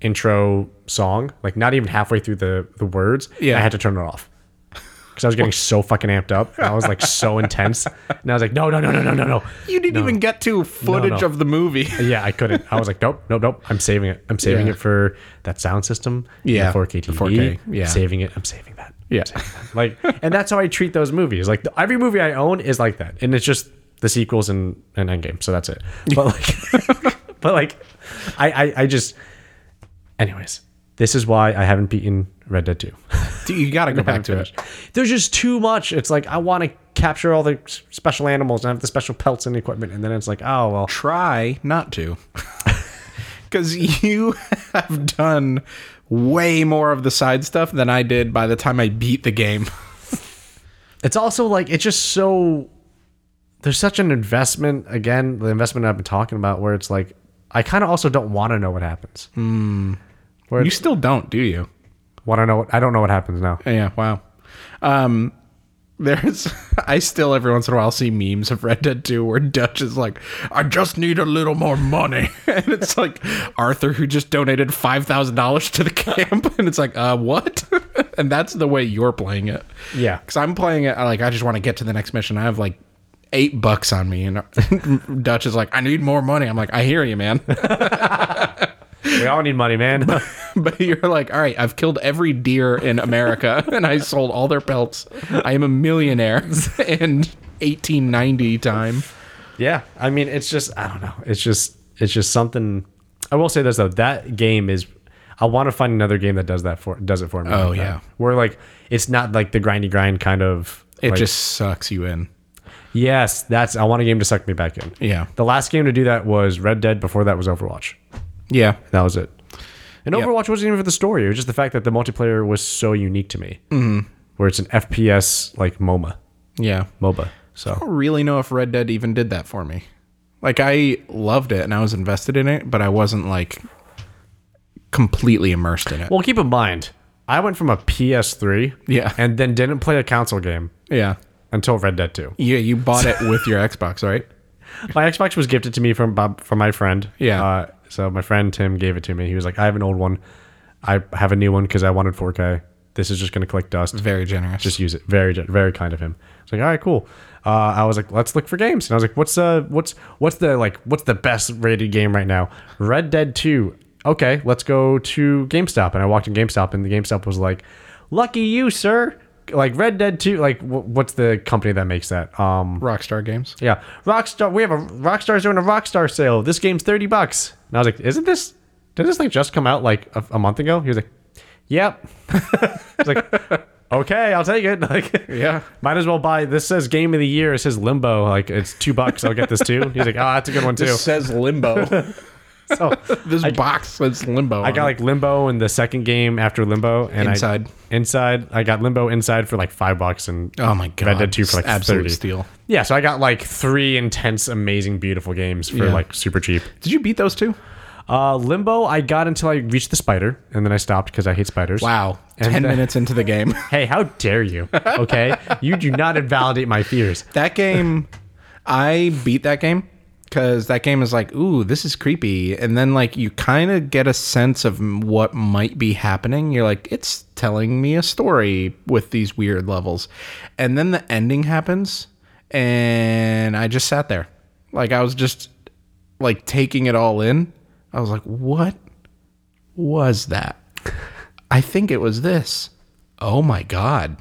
intro song, like not even halfway through the the words. Yeah. I had to turn it off because I was getting so fucking amped up. And I was like so (laughs) intense, and I was like, "No, no, no, no, no, no, no." You didn't even get to footage no. of (laughs) the movie. Yeah, I couldn't. I was like, nope, nope, nope. I'm saving it. I'm saving Yeah. it for that sound system. Yeah, the 4K the TV. 4K, yeah. saving it. I'm saving that. I'm Yeah. saving that. like, and that's how I treat those movies. Like the- every movie I own is like that, and it's just the sequels and and Endgame. So (laughs) that's it. But like, (laughs) but like, I I, I just, anyways. This is why I haven't beaten Red Dead 2. Dude, you got to go back to it. (laughs) There's just too much. It's like, I want to capture all the s- special animals and have the special pelts and equipment. And then it's like, oh, well, Try not to. (laughs) Because you (laughs) have done way more of the side stuff than I did by the time I beat the game. it's also like it's just so there's such an investment again the investment i've been talking about where it's like i kind of also don't want to know what happens You still don't, do you? want to know what i don't know what happens now Yeah, wow. Um there's (laughs) I still every once in a while see memes of Red Dead 2 where Dutch is like, I just need a little more money. (laughs) And it's like Arthur who just donated five thousand dollars to the camp (laughs) and it's like, uh what? (laughs) and that's the way you're playing it. yeah Cause I'm playing it I like I just want to get to the next mission. I have like eight bucks on me and (laughs) Dutch is like, I need more money. I'm like, I hear you, man. (laughs) we all need money man (laughs) (laughs) But you're like, all right, I've killed every deer in America (laughs) and I sold all their pelts. I am a millionaire (laughs) in 1890 time. yeah i mean it's just i don't know it's just it's just something i will say this though that game is i want to find another game that does that for does it for me Oh, like that. yeah. where like it's not like the grindy grind kind of It like, just sucks you in. yes that's i want a game to suck me back in Yeah. the last game to do that was red dead before that was overwatch Yeah. That was it. And Overwatch wasn't even for the story. It was just the fact that the multiplayer was so unique to me. Mm-hmm. Where it's an FPS like MOMA, Yeah. MOBA. So I don't really know if Red Dead even did that for me. Like, I loved it and I was invested in it, but I wasn't like completely immersed in it. well, keep in mind, I went from a PS3, Yeah. and then didn't play a console game Yeah. until Red Dead 2. Yeah. You bought it with your (laughs) Xbox, right? (laughs) My Xbox was gifted to me from Bob, from my friend. Yeah. Uh, so my friend Tim gave it to me. He was like, "I have an old one. I have a new one because I wanted 4K. This is just gonna collect dust. Very generous. just use it. Very, gen- very kind of him. I was like, all right, cool. Uh, I was like, let's look for games, and I was like, what's uh, what's what's the like, what's the best rated game right now? Red Dead Two. Okay, let's go to GameStop, and I walked in GameStop, and the GameStop was like, lucky you, sir. Like Red Dead Two. Like, wh- what's the company that makes that? Um, Rockstar Games. yeah, Rockstar. We have a Rockstar's doing a Rockstar sale. This game's thirty bucks. And I was like, isn't this? Did this like just come out like a, a month ago? He was like, yep. (laughs) I was like, okay, I'll take it. (laughs) Like, Yeah. might as well buy. This says game of the year. It says Limbo. Like, it's two bucks. I'll get this too. (laughs) He's like, oh, that's a good one too. This says limbo. (laughs) So (laughs) this box says limbo. I got like Limbo in the second game after Limbo, and Inside. I, inside, I got Limbo inside for like five bucks, and Oh my god! Red Dead 2 for like absolute 30. steal. yeah, so I got like three intense, amazing, beautiful games for Yeah. like super cheap. Did you beat those two? Uh, Limbo, I got until I reached the spider, and then I stopped because I hate spiders. Wow! uh, Ten minutes into the (laughs) game, Hey, how dare you? Okay, you do (laughs) not invalidate my fears. that game, I beat that game because that game is like, ooh, this is creepy, and then like you kind of get a sense of m- what might be happening. You're like, it's telling me a story with these weird levels, and then the ending happens, and I just sat there, like I was just like taking it all in. I was like, what was that? I think it was this. Oh my God.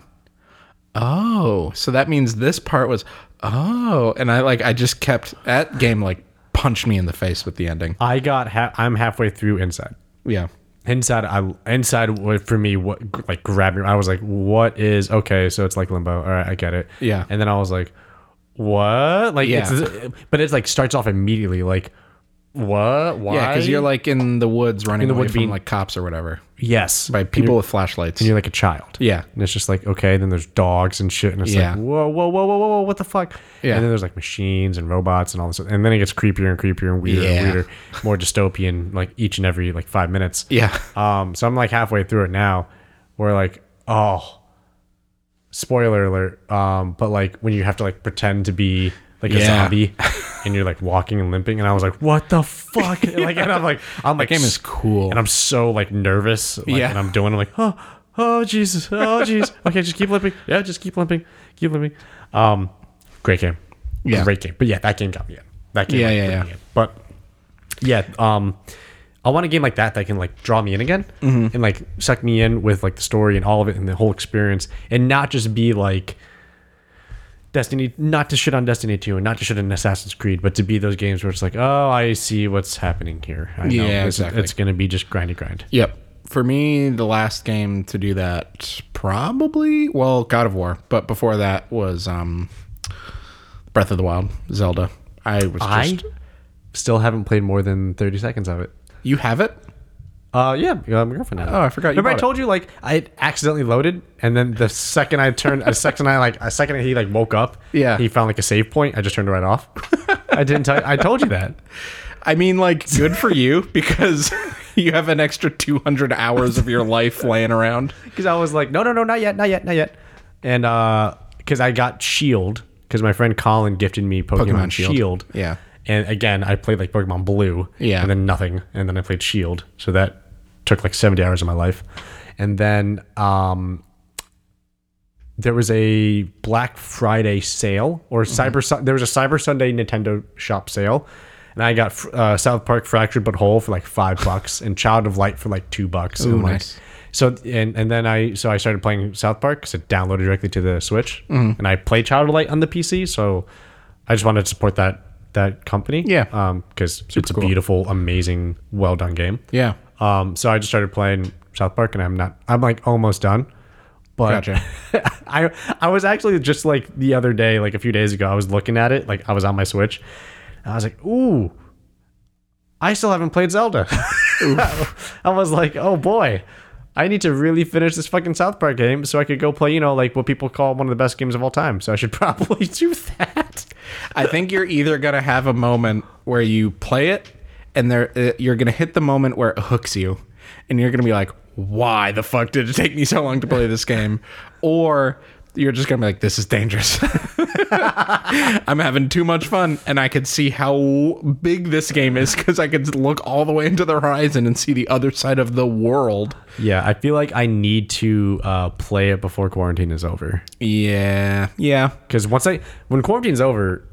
Oh, so that means this part was, oh. And I like, I just kept, that game like punched me in the face with the ending. I got ha- I'm halfway through inside. Yeah. Inside, I inside wa- for me what like grabbed me. I was like, "What is okay?" So it's like limbo. All right, I get it. Yeah. And then I was like, "What?" Like, Yeah. it's, but it's like starts off immediately. Like, what? Why? Yeah, because you're like in the woods running away woods from being- like cops or whatever yes, by people with flashlights. you're like a child. Yeah. And it's just like, okay, then there's dogs and shit. And it's Yeah. like, whoa, whoa, whoa, whoa, whoa, whoa, what the fuck? Yeah. And then there's like machines and robots and all this. And then it gets creepier and creepier and weirder Yeah. and weirder, more dystopian, like each and every like five minutes. Yeah. (laughs) Um, so I'm like halfway through it now. Where like, oh, spoiler alert. Um, but like when you have to like pretend to be like a Yeah. (laughs) zombie and you're like walking and limping, and I was like, what the (laughs) fuck? And, like, and I'm like, I'm like, game is cool. and I'm so like nervous. Like, Yeah. And I'm doing. I'm like, oh, oh Jesus, oh Jesus. okay, just keep limping. Yeah, just keep limping, keep limping. Um, great game. Yeah. Great game. But yeah, that game got me in. That game. Yeah, like, yeah, put yeah. me in. But yeah, um, I want a game like that that can like draw me in again Mm-hmm. and like suck me in with like the story and all of it and the whole experience and not just be like Destiny, not to shit on Destiny 2 and not to shit on Assassin's Creed, but to be those games where it's like, oh, I see what's happening here. I know. Yeah, It's- exactly. It's going to be just grindy grind. Yep. For me, the last game to do that probably well, God of War, but before that was um Breath of the Wild, Zelda. I was I just still haven't played more than 30 seconds of it. You have it? Uh, yeah, uh, my girlfriend. Had it. Oh, I forgot you Remember, I bought it. told you like I accidentally loaded, and then the second I turned, a second I like, a second he like woke up. Yeah. he found like a save point. I just turned it right (laughs) off. I didn't tell. I told you that. I mean like good for you (laughs) because you have an extra 200 hours of your life laying around. because I was like, no, no, no, not yet, not yet, not yet. And because I got Shield, because my friend Colin gifted me Pokemon, Pokemon Shield. Shield. Yeah. And again, I played like Pokemon Blue. Yeah. And then nothing, and then I played Shield. So that took like seventy hours of my life, and then um. There was a Black Friday sale or Mm-hmm. Cyber. Sun There was a Cyber Sunday Nintendo shop sale, and I got uh, South Park Fractured But Whole for like five (laughs) bucks and Child of Light for like two bucks. and like, nice. so and and then I so I started playing South Park because it downloaded directly to the Switch, Mm-hmm. and I play Child of Light on the PC. So I just wanted to support that that company, Yeah. because it's a beautiful, amazing, well done game. Yeah. Um, so I just started playing South Park, and I'm not, I'm like almost done, but Gotcha. (laughs) I I was actually just like the other day, like a few days ago, I was looking at it, like I was on my Switch, and I was like, ooh, I still haven't played Zelda. (laughs) I was like, oh boy, I need to really finish this fucking South Park game so I could go play, you know, like what people call one of the best games of all time. So I should (laughs) probably do that. I think you're either gonna have a moment where you play it, and there uh, you're gonna hit the moment where it hooks you, and you're gonna be like, "Why the fuck did it take me so long to play this game?" Or you're just gonna be like, "This is dangerous. (laughs) I'm having too much fun, and I could see how big this game is because I could look all the way into the horizon and see the other side of the world." Yeah, I feel like I need to uh, play it before quarantine is over. Yeah, yeah, Because once I, when quarantine's over,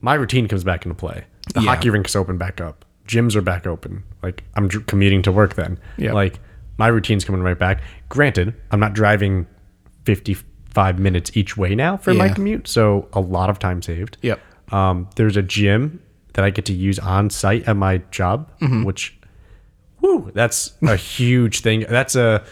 my routine comes back into play. The Yeah. hockey rinks open back up. Gyms are back open. Like I'm dr- commuting to work then. Yeah. Like my routine's coming right back. Granted, I'm not driving 55 minutes each way now for my Yeah. commute, so a lot of time saved. Yep. Um, there's a gym that I get to use on site at my job, Mm-hmm. which, whoo, that's a (laughs) huge thing. That's a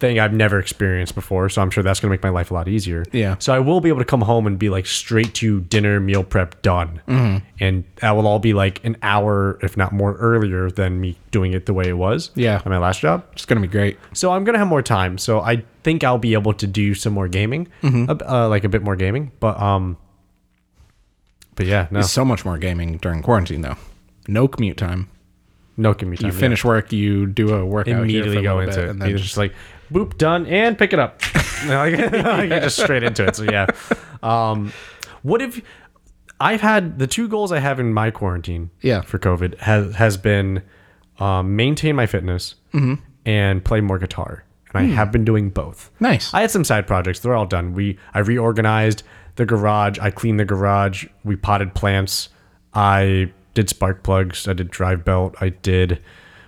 thing I've never experienced before, so I'm sure that's gonna make my life a lot easier. Yeah. So I will be able to come home and be like straight to dinner, meal prep, done. Mm-hmm. And that will all be like an hour, if not more, earlier than me doing it the way it was. Yeah. At my last job. it's gonna be great. So I'm gonna have more time. So I think I'll be able to do some more gaming, ab- uh, like a bit more gaming. But um, but yeah, no, So much more gaming during quarantine though. No commute time. no, give me time. you finish work, you do a workout immediately here for a go little into bit, it. and And then just like boop done and pick it (laughs) up. like, like, you're just straight into it. So yeah. Um, what if I've had the two goals I have in my quarantine Yeah. for COVID has has been um, maintain my fitness and play more guitar. And I have been doing both. nice. I had some side projects. They're all done. We I reorganized the garage. I cleaned the garage. We potted plants. I did spark plugs. I did drive belt. I did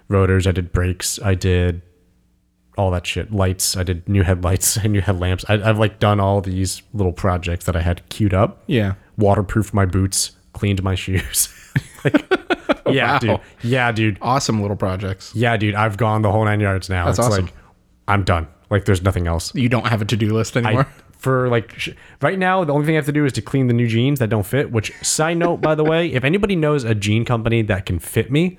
rotors, I did brakes, I did all that shit. Lights, I did new headlights (laughs) and new headlamps. I, I've like done all these little projects that I had queued up. Yeah. Waterproofed my boots, cleaned my (laughs) shoes. (laughs) like, yeah, Wow. dude. Yeah, dude. Awesome little projects. Yeah, dude. I've gone the whole nine yards now. That's it's awesome. like I'm done. Like there's nothing else. You don't have a to do list anymore. (laughs) for like sh- right now the only thing i have to do is to clean the new jeans that don't fit which side note by the way if anybody knows a jean company that can fit me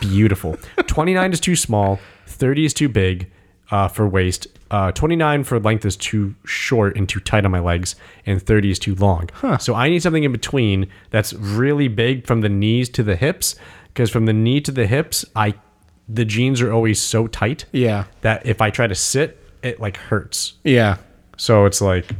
beautiful 29 is too small 30 is too big uh, for waist uh, 29 for length is too short and too tight on my legs and 30 is too long so i need something in between that's really big from the knees to the hips because from the knee to the hips i the jeans are always so tight yeah. that if i try to sit it like hurts Yeah. so it's like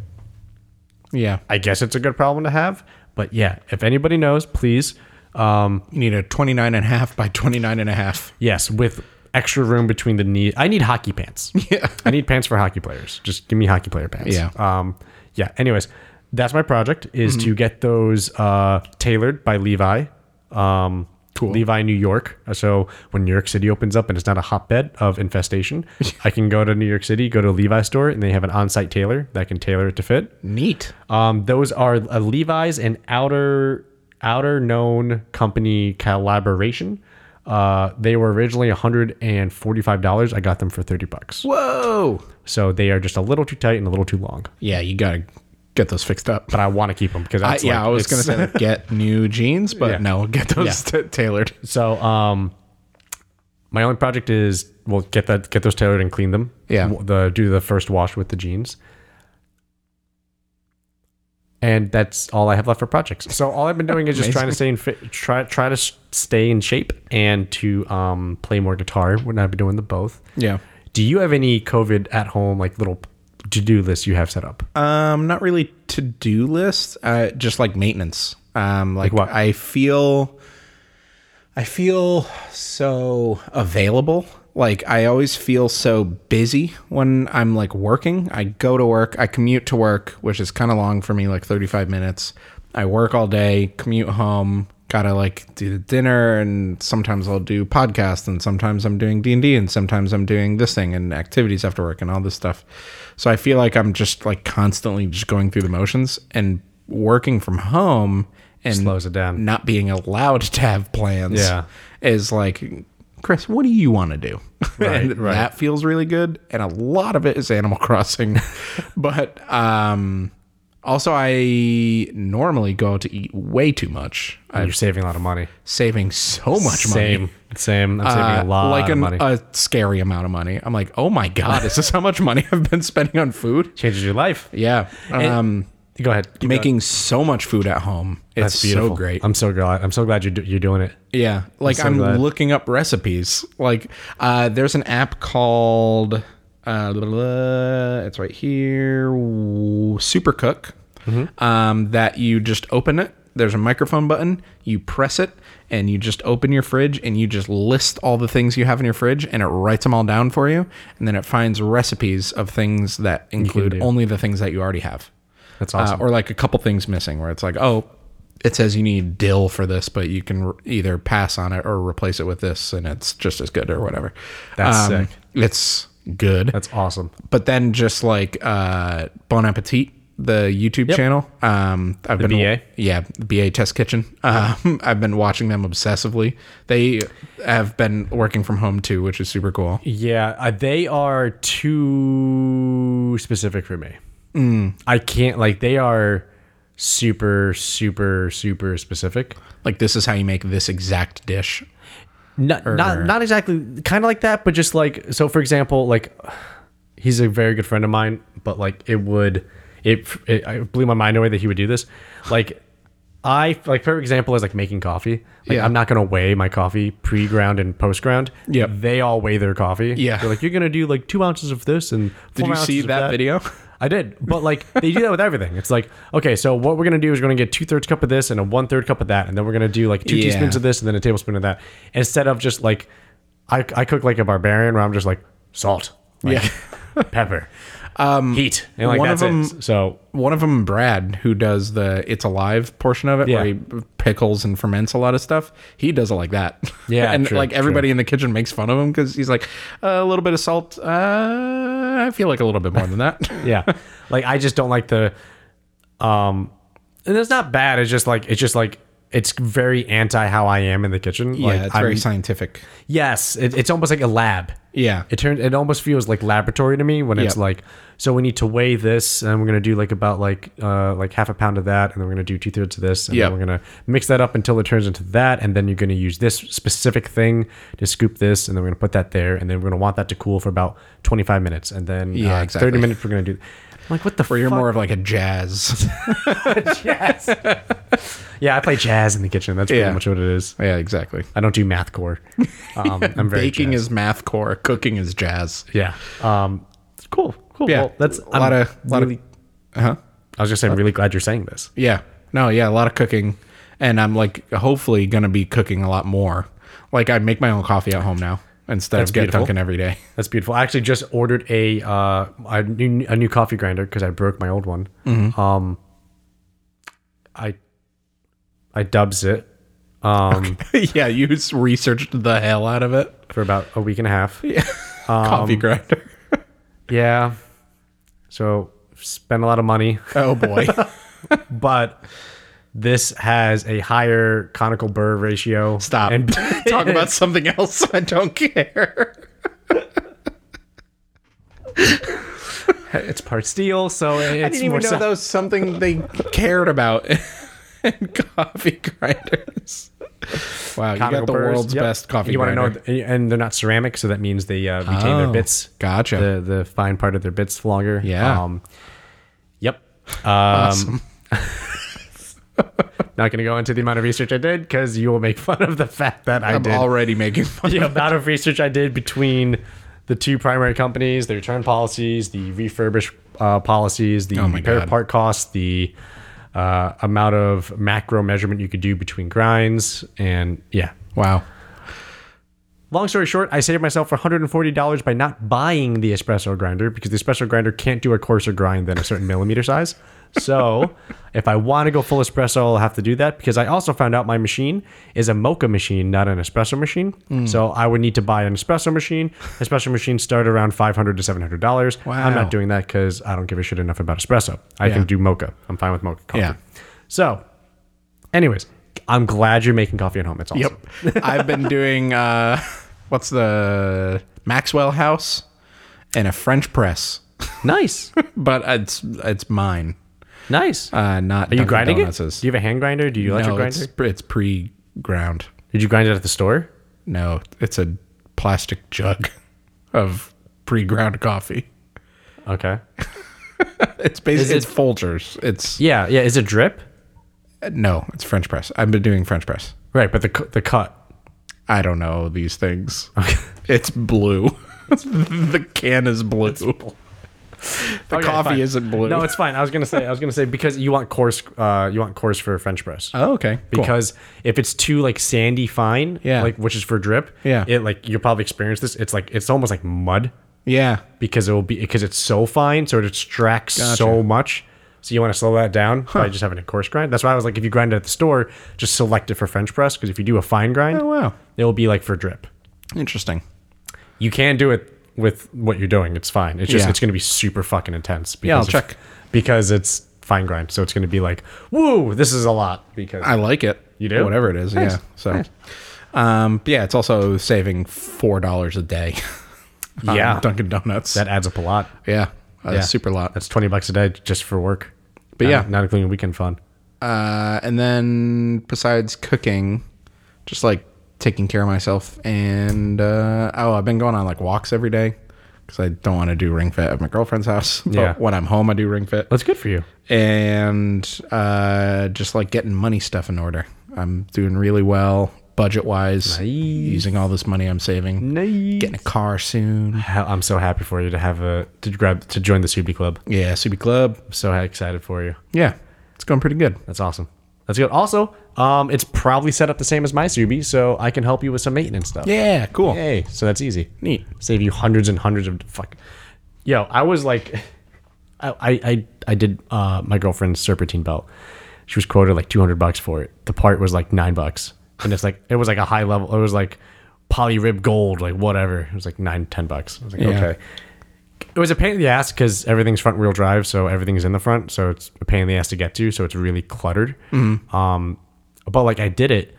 Yeah. I guess it's a good problem to have. But yeah, if anybody knows, please. Um, You need a 29 and a half by 29 and a half. yes, with extra room between the knee. I need hockey pants. (laughs) Yeah. I need pants for hockey players. Just give me hockey player pants. Yeah. Um, yeah. Anyways, that's my project is Mm-hmm. to get those uh, tailored by Levi. Um, Cool. Levi, New York. Uh, So when New York City opens up and it's not a hotbed of (laughs) infestation, I can go to New York City, go to a Levi store, and they have an on-site tailor that can tailor it to fit. Neat. Um, those are a Levi's and outer outer known company collaboration. Uh, they were originally $145. I got them for 30 bucks. Whoa. So they are just a little too tight and a little too long. Yeah, you gotta get those fixed up. But I want to keep them because I, that's yeah, like- I was it's- gonna say (laughs) like, get new jeans, but Yeah. no, get those t- tailored. So um, my only project is well get that get those tailored and clean them. Yeah. The do the first wash with the jeans. And that's all I have left for projects. So all I've been doing is just trying to stay in fit, try try to s- stay in shape and to um, play more guitar when I've been doing the both. Yeah. Do you have any COVID at home like little to do list you have set up? Um, not really to do list. Uh, just like maintenance. Um, like, what? I feel, I feel so available. Like I always feel so busy when I'm like working. I go to work. I commute to work, which is kind of long for me, like 35 minutes. I work all day, commute home. Gotta like do the dinner, and sometimes I'll do podcasts, and sometimes I'm doing D and D, and sometimes I'm doing this thing and activities after work and all this stuff. So I feel like I'm just like constantly just going through the motions and working from home and Slows it down. not being allowed to have plans Yeah. is like chris what do you want to do (laughs) and right. that feels really good and a lot of it is animal (laughs) crossing but um also i normally go out to eat way too much i'm You're saving a lot of money. saving so much money Same, same. I'm saving Uh, a lot like of an- money. a scary amount of money i'm like oh my god is this how much money i've been spending on food Changes your life. yeah um Go ahead. Keep going. making so much food at home it's so great I'm so glad. I'm so glad you're do- you're doing it. Yeah, like I'm, glad. looking up recipes. Like, uh, there's an app called uh, blah, blah, blah, it's right here, w- Supercook. Mm-hmm. Um, that you just open it. There's a microphone button. You press it, and you just open your fridge, and you just list all the things you have in your fridge, and it writes them all down for you, and then it finds recipes of things that include do. only the things that you already have. That's awesome. Uh, or like a couple things missing where it's like, oh, it says you need dill for this, but you can r either pass on it or replace it with this, and it's just as good or whatever. Um, That's sick. It's good. That's awesome. but then just like uh, Bon Appetit, the YouTube channel. Um, I've been BA? yeah, BA Test Kitchen. Um, (laughs) I've been watching them obsessively. They have been working from home too, which is super cool. Yeah, uh, they are too specific for me. I can't like they are super super super specific. Like this is how you make this exact dish. Not not not exactly kind of like that, but just like so. For example, like he's a very good friend of mine, but like it would it it, I blew my mind away that he would do this. Like I like for example is like making coffee. Like Yeah. I'm not gonna weigh my coffee pre ground and post ground. Yep. they all weigh their coffee. Yeah. they're like you're gonna do like two ounces of this and. Did four you ounces see of that video? I did, but like they do that with everything. It's like okay, so what we're gonna do is we're gonna get two thirds cup of this and a one third cup of that, and then we're gonna do like two Yeah. teaspoons of this and then a tablespoon of that, instead of just like I, I cook like a barbarian where I'm just like salt. Like, Yeah. (laughs) Um, pepper, heat, and like one that's of 'em- it. So One of them, Brad, who does the "It's Alive" portion of it, where Yeah. he pickles and ferments a lot of stuff. He does it like that. (laughs) Yeah, (laughs) and true, like everybody in the kitchen makes fun of him because he's like a little bit of salt. Uh, I feel like a little bit more (laughs) than that. yeah, like I just don't like the, um, and it's not bad. It's just like it's just like it's very anti how I am in the kitchen. (laughs) yeah, like, it's I'm- very scientific. yes. It, it's almost like a lab. Yeah, It turns. It almost feels like laboratory to me when it's Yep. like. So we need to weigh this, and we're gonna do like about like uh like half a pound of that, and then we're gonna do two thirds of this, and Yep. then we're gonna mix that up until it turns into that, and then you're gonna use this specific thing to scoop this, and then we're gonna put that there, and then we're gonna want that to cool for about 25 minutes, and then Yeah, uh, exactly. 30 minutes we're gonna do. I'm like what the where you're fuck? more (laughs) of like a jazz. jazz. yeah, I play jazz in the kitchen. That's pretty Yeah. much what it is. yeah, exactly. I don't do math (laughs) core. Um, I'm very Baking jazz. is math core. Cooking is jazz. yeah. Um, cool, cool. Yeah, well, that's a lot I'm of lot really- of. Uh-huh. Huh. I was just saying, I'm really glad you're saying this. Yeah. No, yeah, a lot of cooking. And I'm like hopefully gonna be cooking a lot more. Like I make my own coffee at home now instead That's of get beautiful. Dunkin' every day. That's beautiful. I actually just ordered a uh, a new a new coffee grinder because I broke my old one. Um, I I dubs it um, (laughs) yeah, you s- researched the hell out of it. for about a week and a half. Yeah. coffee grinder. So spent a lot of money, (laughs) (laughs) Oh boy. but this has a higher conical burr ratio. Stop. And (laughs) (laughs) Talk about something else. I don't care. it's part steel, so it's I didn't even more know so- that was something they cared about (laughs) in coffee grinders. Wow, you got conical the burrs. world's Yep. best coffee You want grinder. to know, and they're not ceramic, so that means they uh, retain Oh, their bits. Gotcha. the the fine part of their bits longer. Yeah. Um, yep. Um, not going to go into the amount of research I did because you will make (laughs) fun of the fact that I I'm did already making fun. the amount of research I did between the two primary companies, the return policies, the refurbish uh, policies, the Oh my repair God. part costs, the uh, amount of macro measurement you could do between grinds, and yeah. Wow. Long story short, I saved myself $140 by not buying the espresso grinder because the espresso grinder can't do a coarser grind than a certain millimeter size. (laughs) So, if I want to go full espresso, I'll have to do that because I also found out my machine is a mocha machine, not an espresso machine. Hmm. So, I would need to buy an espresso machine. Espresso machines start around $500 to $700. I'm Wow. not doing that because I don't give a shit enough about espresso. I Yeah. can do mocha. I'm fine with mocha coffee. Yeah. So, anyways, I'm glad you're making coffee at home. It's awesome. Yep. (laughs) I've been doing uh what's the Maxwell House and a French press, (laughs) Nice. but it's it's mine, nice. uh, not. Are you Dunkin' grinding it? Donuts's. Do you have a hand grinder? Do you electric no, grinder? it's pre- it's pre-ground. Did you grind it at the store? No, it's a plastic jug of pre-ground coffee. Okay. It's basically it's Folgers. It's Yeah, yeah. Is it drip? no, it's French press. I've been doing French press. Right, but the cu- the cut. (laughs) I don't know these things. It's blue. (laughs) the can is blue. The Okay, coffee fine. isn't blue. No, it's fine. I was gonna say. I was gonna say because you want coarse. Uh, you want coarse for French press. Oh, okay. Cool. Because if it's too like sandy fine, Yeah. like which is for drip, Yeah. it like you'll probably experience this. It's like it's almost like mud yeah, because it will be because it's so fine, so it extracts so much. So you want to slow that down by just having a coarse grind. That's why I was like, if you grind it at the store, just select it for French press because if you do a fine grind, Oh, wow. it will be like for drip. interesting. you can do it with what you're doing. It's fine. It's just Yeah. it's going to be super fucking intense. Because I'll of- check. because it's fine grind. So it's going to be like, woo, this is a lot. Because I like it. You do? whatever it is. Yeah. So, um, yeah, it's also saving four dollars a day. (laughs) on Yeah. Um, Dunkin' Donuts. that adds up a lot. yeah, a Yeah. super lot. That's twenty bucks a day just for work. But Not- yeah. not including weekend fun. Uh, and then besides cooking, just like taking care of myself, and uh, oh, I've been going on like walks every day because I don't want to do ring fit at my girlfriend's house. (laughs) But Yeah. when I'm home, I do ring fit. That's good for you. and uh, just like getting money stuff in order. I'm doing really well budget wise, using all this money I'm saving. Getting a car soon. Hell, I'm so happy for you to have a to grab to join the Subi Club. Yeah, Subi Club. I'm so excited for you. Yeah, it's going pretty good. That's awesome. That's good. Also, um, it's probably set up the same as my Subi, so I can help you with some maintenance stuff. Yeah, cool. Hey, so that's easy. Neat. Save you hundreds and hundreds of fuck. Yo, I was like, (laughs) I I I, I did uh, my girlfriend's serpentine belt. She was quoted like two hundred bucks for it. The part was like nine bucks, and it's like it was like a high level. It was like poly rib gold, like whatever. It was like nine ten bucks. I was like, okay. It was a pain in the ass because everything's front wheel drive, so everything's in the front, so it's a pain in the ass to get to, so it's really cluttered. Um, but like I did it,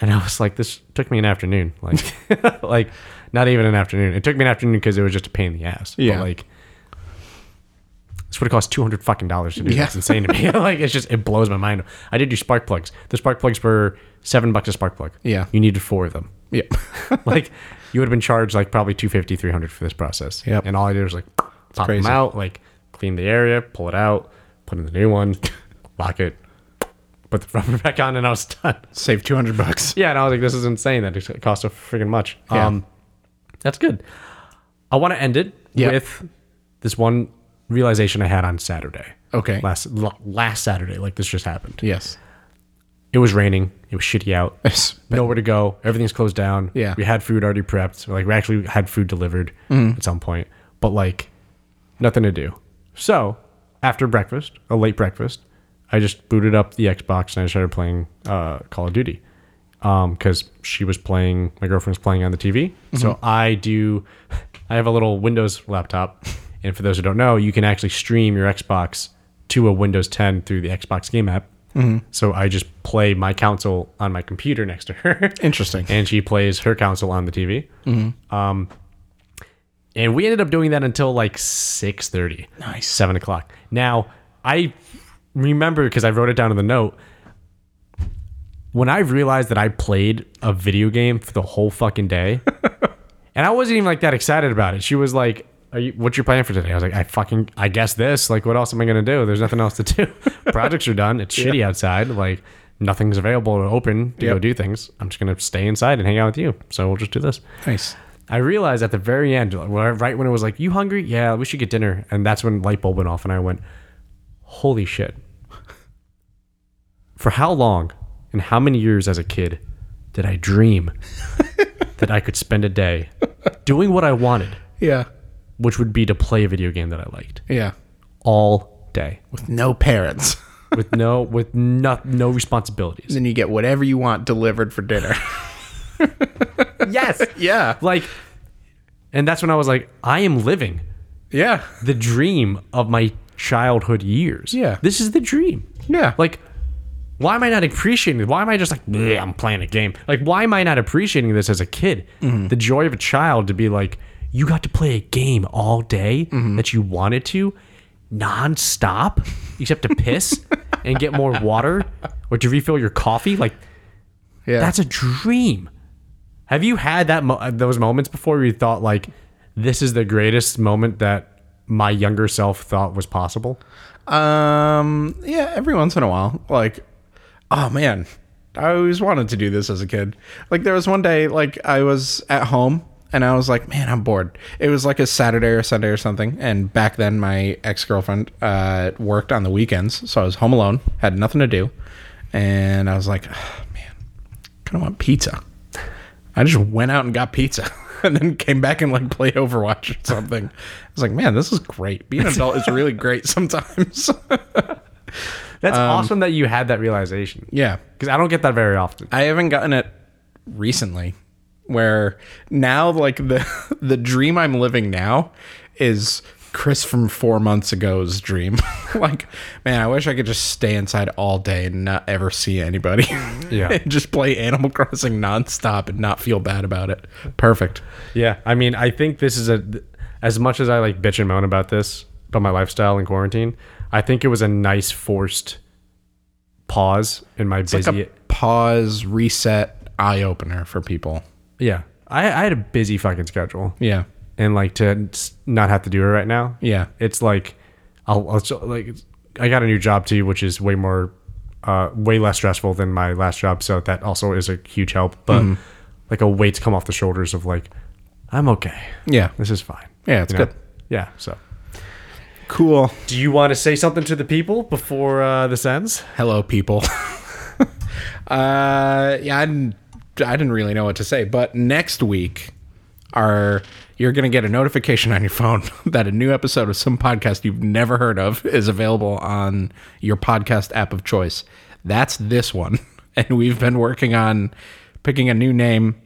and I was like, this took me an afternoon. Like, (laughs) like not even an afternoon. It took me an afternoon because it was just a pain in the ass. Yeah. But like, this would have cost two hundred fucking dollars to do. Yeah. It's insane to me. (laughs) like, it's just it blows my mind. I did do spark plugs. The spark plugs were seven bucks a spark plug. Yeah. You needed four of them. Yeah. (laughs) like, you would have been charged like probably 250 300 for this process. Yep. And all I did was like pop crazy. them out, like clean the area, pull it out, put in the new (laughs) one, lock it, put the rubber back on, and I was (laughs) done. Save 200 bucks. Yeah, and I was like, this is insane. That it cost so freaking much. Yeah. Um, that's good. I want to end it Yeah. with this one realization I had on Saturday. Okay. Last l- last Saturday, like this just happened. (laughs) Yes. It was raining. It was shitty (laughs) out. Nowhere to go. Everything's closed down. Yeah. We had food already prepped. Like we actually had food delivered at some point, but like nothing to do. So after breakfast, a late breakfast, I just booted up the Xbox and I started playing uh, Call of Duty because she was playing, my girlfriend's playing on the TV. So I do, (laughs) I have a little Windows laptop. And for those who don't know, you can actually stream your Xbox to a Windows 10 through the Xbox game app. So I just play my console on my computer next to her. (laughs) Interesting. Mm-hmm. and she plays her console on the TV. Um, and we ended up doing that until like six thirty, Nice. seven o'clock. Now I remember because I wrote it down in the note. When I realized that I played a video game for the whole fucking day, and I wasn't even like that excited about it. She was like, Are you, "What's your plan for today?" I was like, "I fucking, I guess this. Like, what else am I gonna do? There's nothing else to do. (laughs) Projects are done. It's shitty outside. Like, nothing's available or open to go Yep. do things. I'm just gonna stay inside and hang out with you. So we'll just do this." Nice. I realized at the very end, like, where- right when it was like, "You hungry? Yeah, we should get dinner." And that's when light bulb went off, and I went, "Holy shit!" For how long and how many years as a kid did I dream that I could spend a day doing what I wanted, Yeah. which would be to play a video game that I liked Yeah. all day With no parents. (laughs) with no with no, no responsibilities. then you get whatever you want delivered for dinner. Yes, yeah. like, and that's when I was like, "I am living." Yeah. the dream of my childhood years. Yeah. This is the dream. Yeah. Like, why am I not appreciating it? Why am I just like, "Bleh, I'm playing a game? Like, why am I not appreciating this as a kid? The joy of a child to be like, you got to play a game all day that you wanted to nonstop, except to piss and get more water or to refill your coffee. Like, yeah. that's a dream. Have you had that mo- uh, those moments before where you thought like this is the greatest moment that my younger self thought was possible? Um, yeah, every once in a while. Like, oh man, I always wanted to do this as a kid. Like, there was one day, like, I was at home and I was like, man, I'm bored. It was like a Saturday or Sunday or something. And back then, my ex girlfriend uh, worked on the weekends. So I was home alone, had nothing to do. And I was like, oh, man, kind of want pizza. I just went out and got pizza (laughs) and then came back and like played Overwatch or something. I was like, man, this is great. Being an adult is really great sometimes. (laughs) That's awesome that you had that realization. Yeah. Because Um, I don't get that very often. I haven't gotten it recently where now like the (laughs) the dream I'm living now is Chris from 4 months ago's dream. (laughs) like, man, I wish I could just stay inside all day and not ever see (laughs) anybody. Yeah. and just play Animal Crossing nonstop and not feel bad about it. Perfect. Yeah, I mean, I think this is a as much as I like bitch and moan about this about my lifestyle in quarantine. I think it was a nice forced pause in my busy. Like a pause, reset, eye opener for people. yeah, I, I had a busy fucking schedule. Yeah. and like to s- not have to do it right now. Yeah. it's like I'll, I'll so, like it's- I got a new job too, which is way more, uh, way less stressful than my last job. So that also is a huge help. But Mm-hmm. like a weight's come off the shoulders of like I'm okay. Yeah. This is fine. Yeah, it's You know? good. Yeah. So, Cool. do you want to say something to the people before uh, this ends? hello (laughs) people uh yeah I didn't, I didn't really know what to say but next week are you're going to get a notification on your phone (laughs) that a new episode of some podcast you've never heard of is available on your podcast app of choice. That's this one. (laughs) And we've been working on picking a new name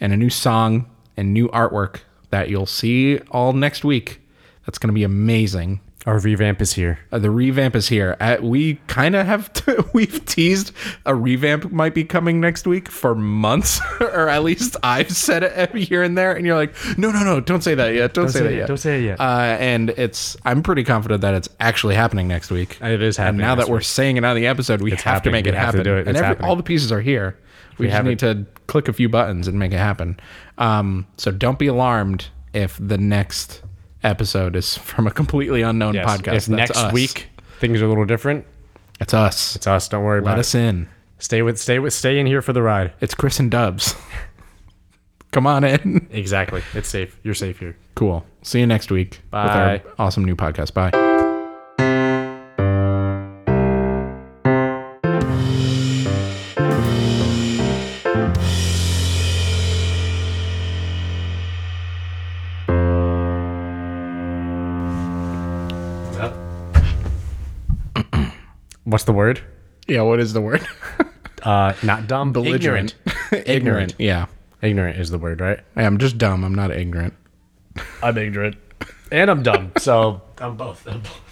and a new song and new artwork that you'll see all next week. That's going to be amazing. Our revamp is here. Uh, the revamp is here. Uh, we kind of have (laughs) to, we've teased a revamp might be coming next week for months, (laughs) or at least I've said it every here and there. And you're like, no, no, no, don't say that yet. Don't, say, say that it, yet. don't say it yet. Uh, and it's I'm pretty confident that it's actually happening next week. It is And happening now that next we're saying it on the episode, we have happening. to make it We have to happen. do it. And It's every, happening. all the pieces are here. We, just have need to click a few buttons and make it happen. Um, so don't be alarmed if the next episode is from a completely unknown Yes. podcast. If That's next us. week things are a little different, It's us. it's us. Don't worry Let about it. us in. Stay with, stay with, stay in here for the ride. It's Chris and Dubs. (laughs) Come on in. Exactly. It's safe. You're safe here. Cool. See you next week Bye. with our awesome new podcast. Bye. What's the word? Yeah, what is the word? Uh, not dumb. Belligerent. Ignorant. (laughs) Ignorant. ignorant. Yeah. Ignorant is the word, right? Hey, I'm just dumb. I'm not ignorant. (laughs) I'm ignorant, and I'm dumb. So I'm both. I'm both.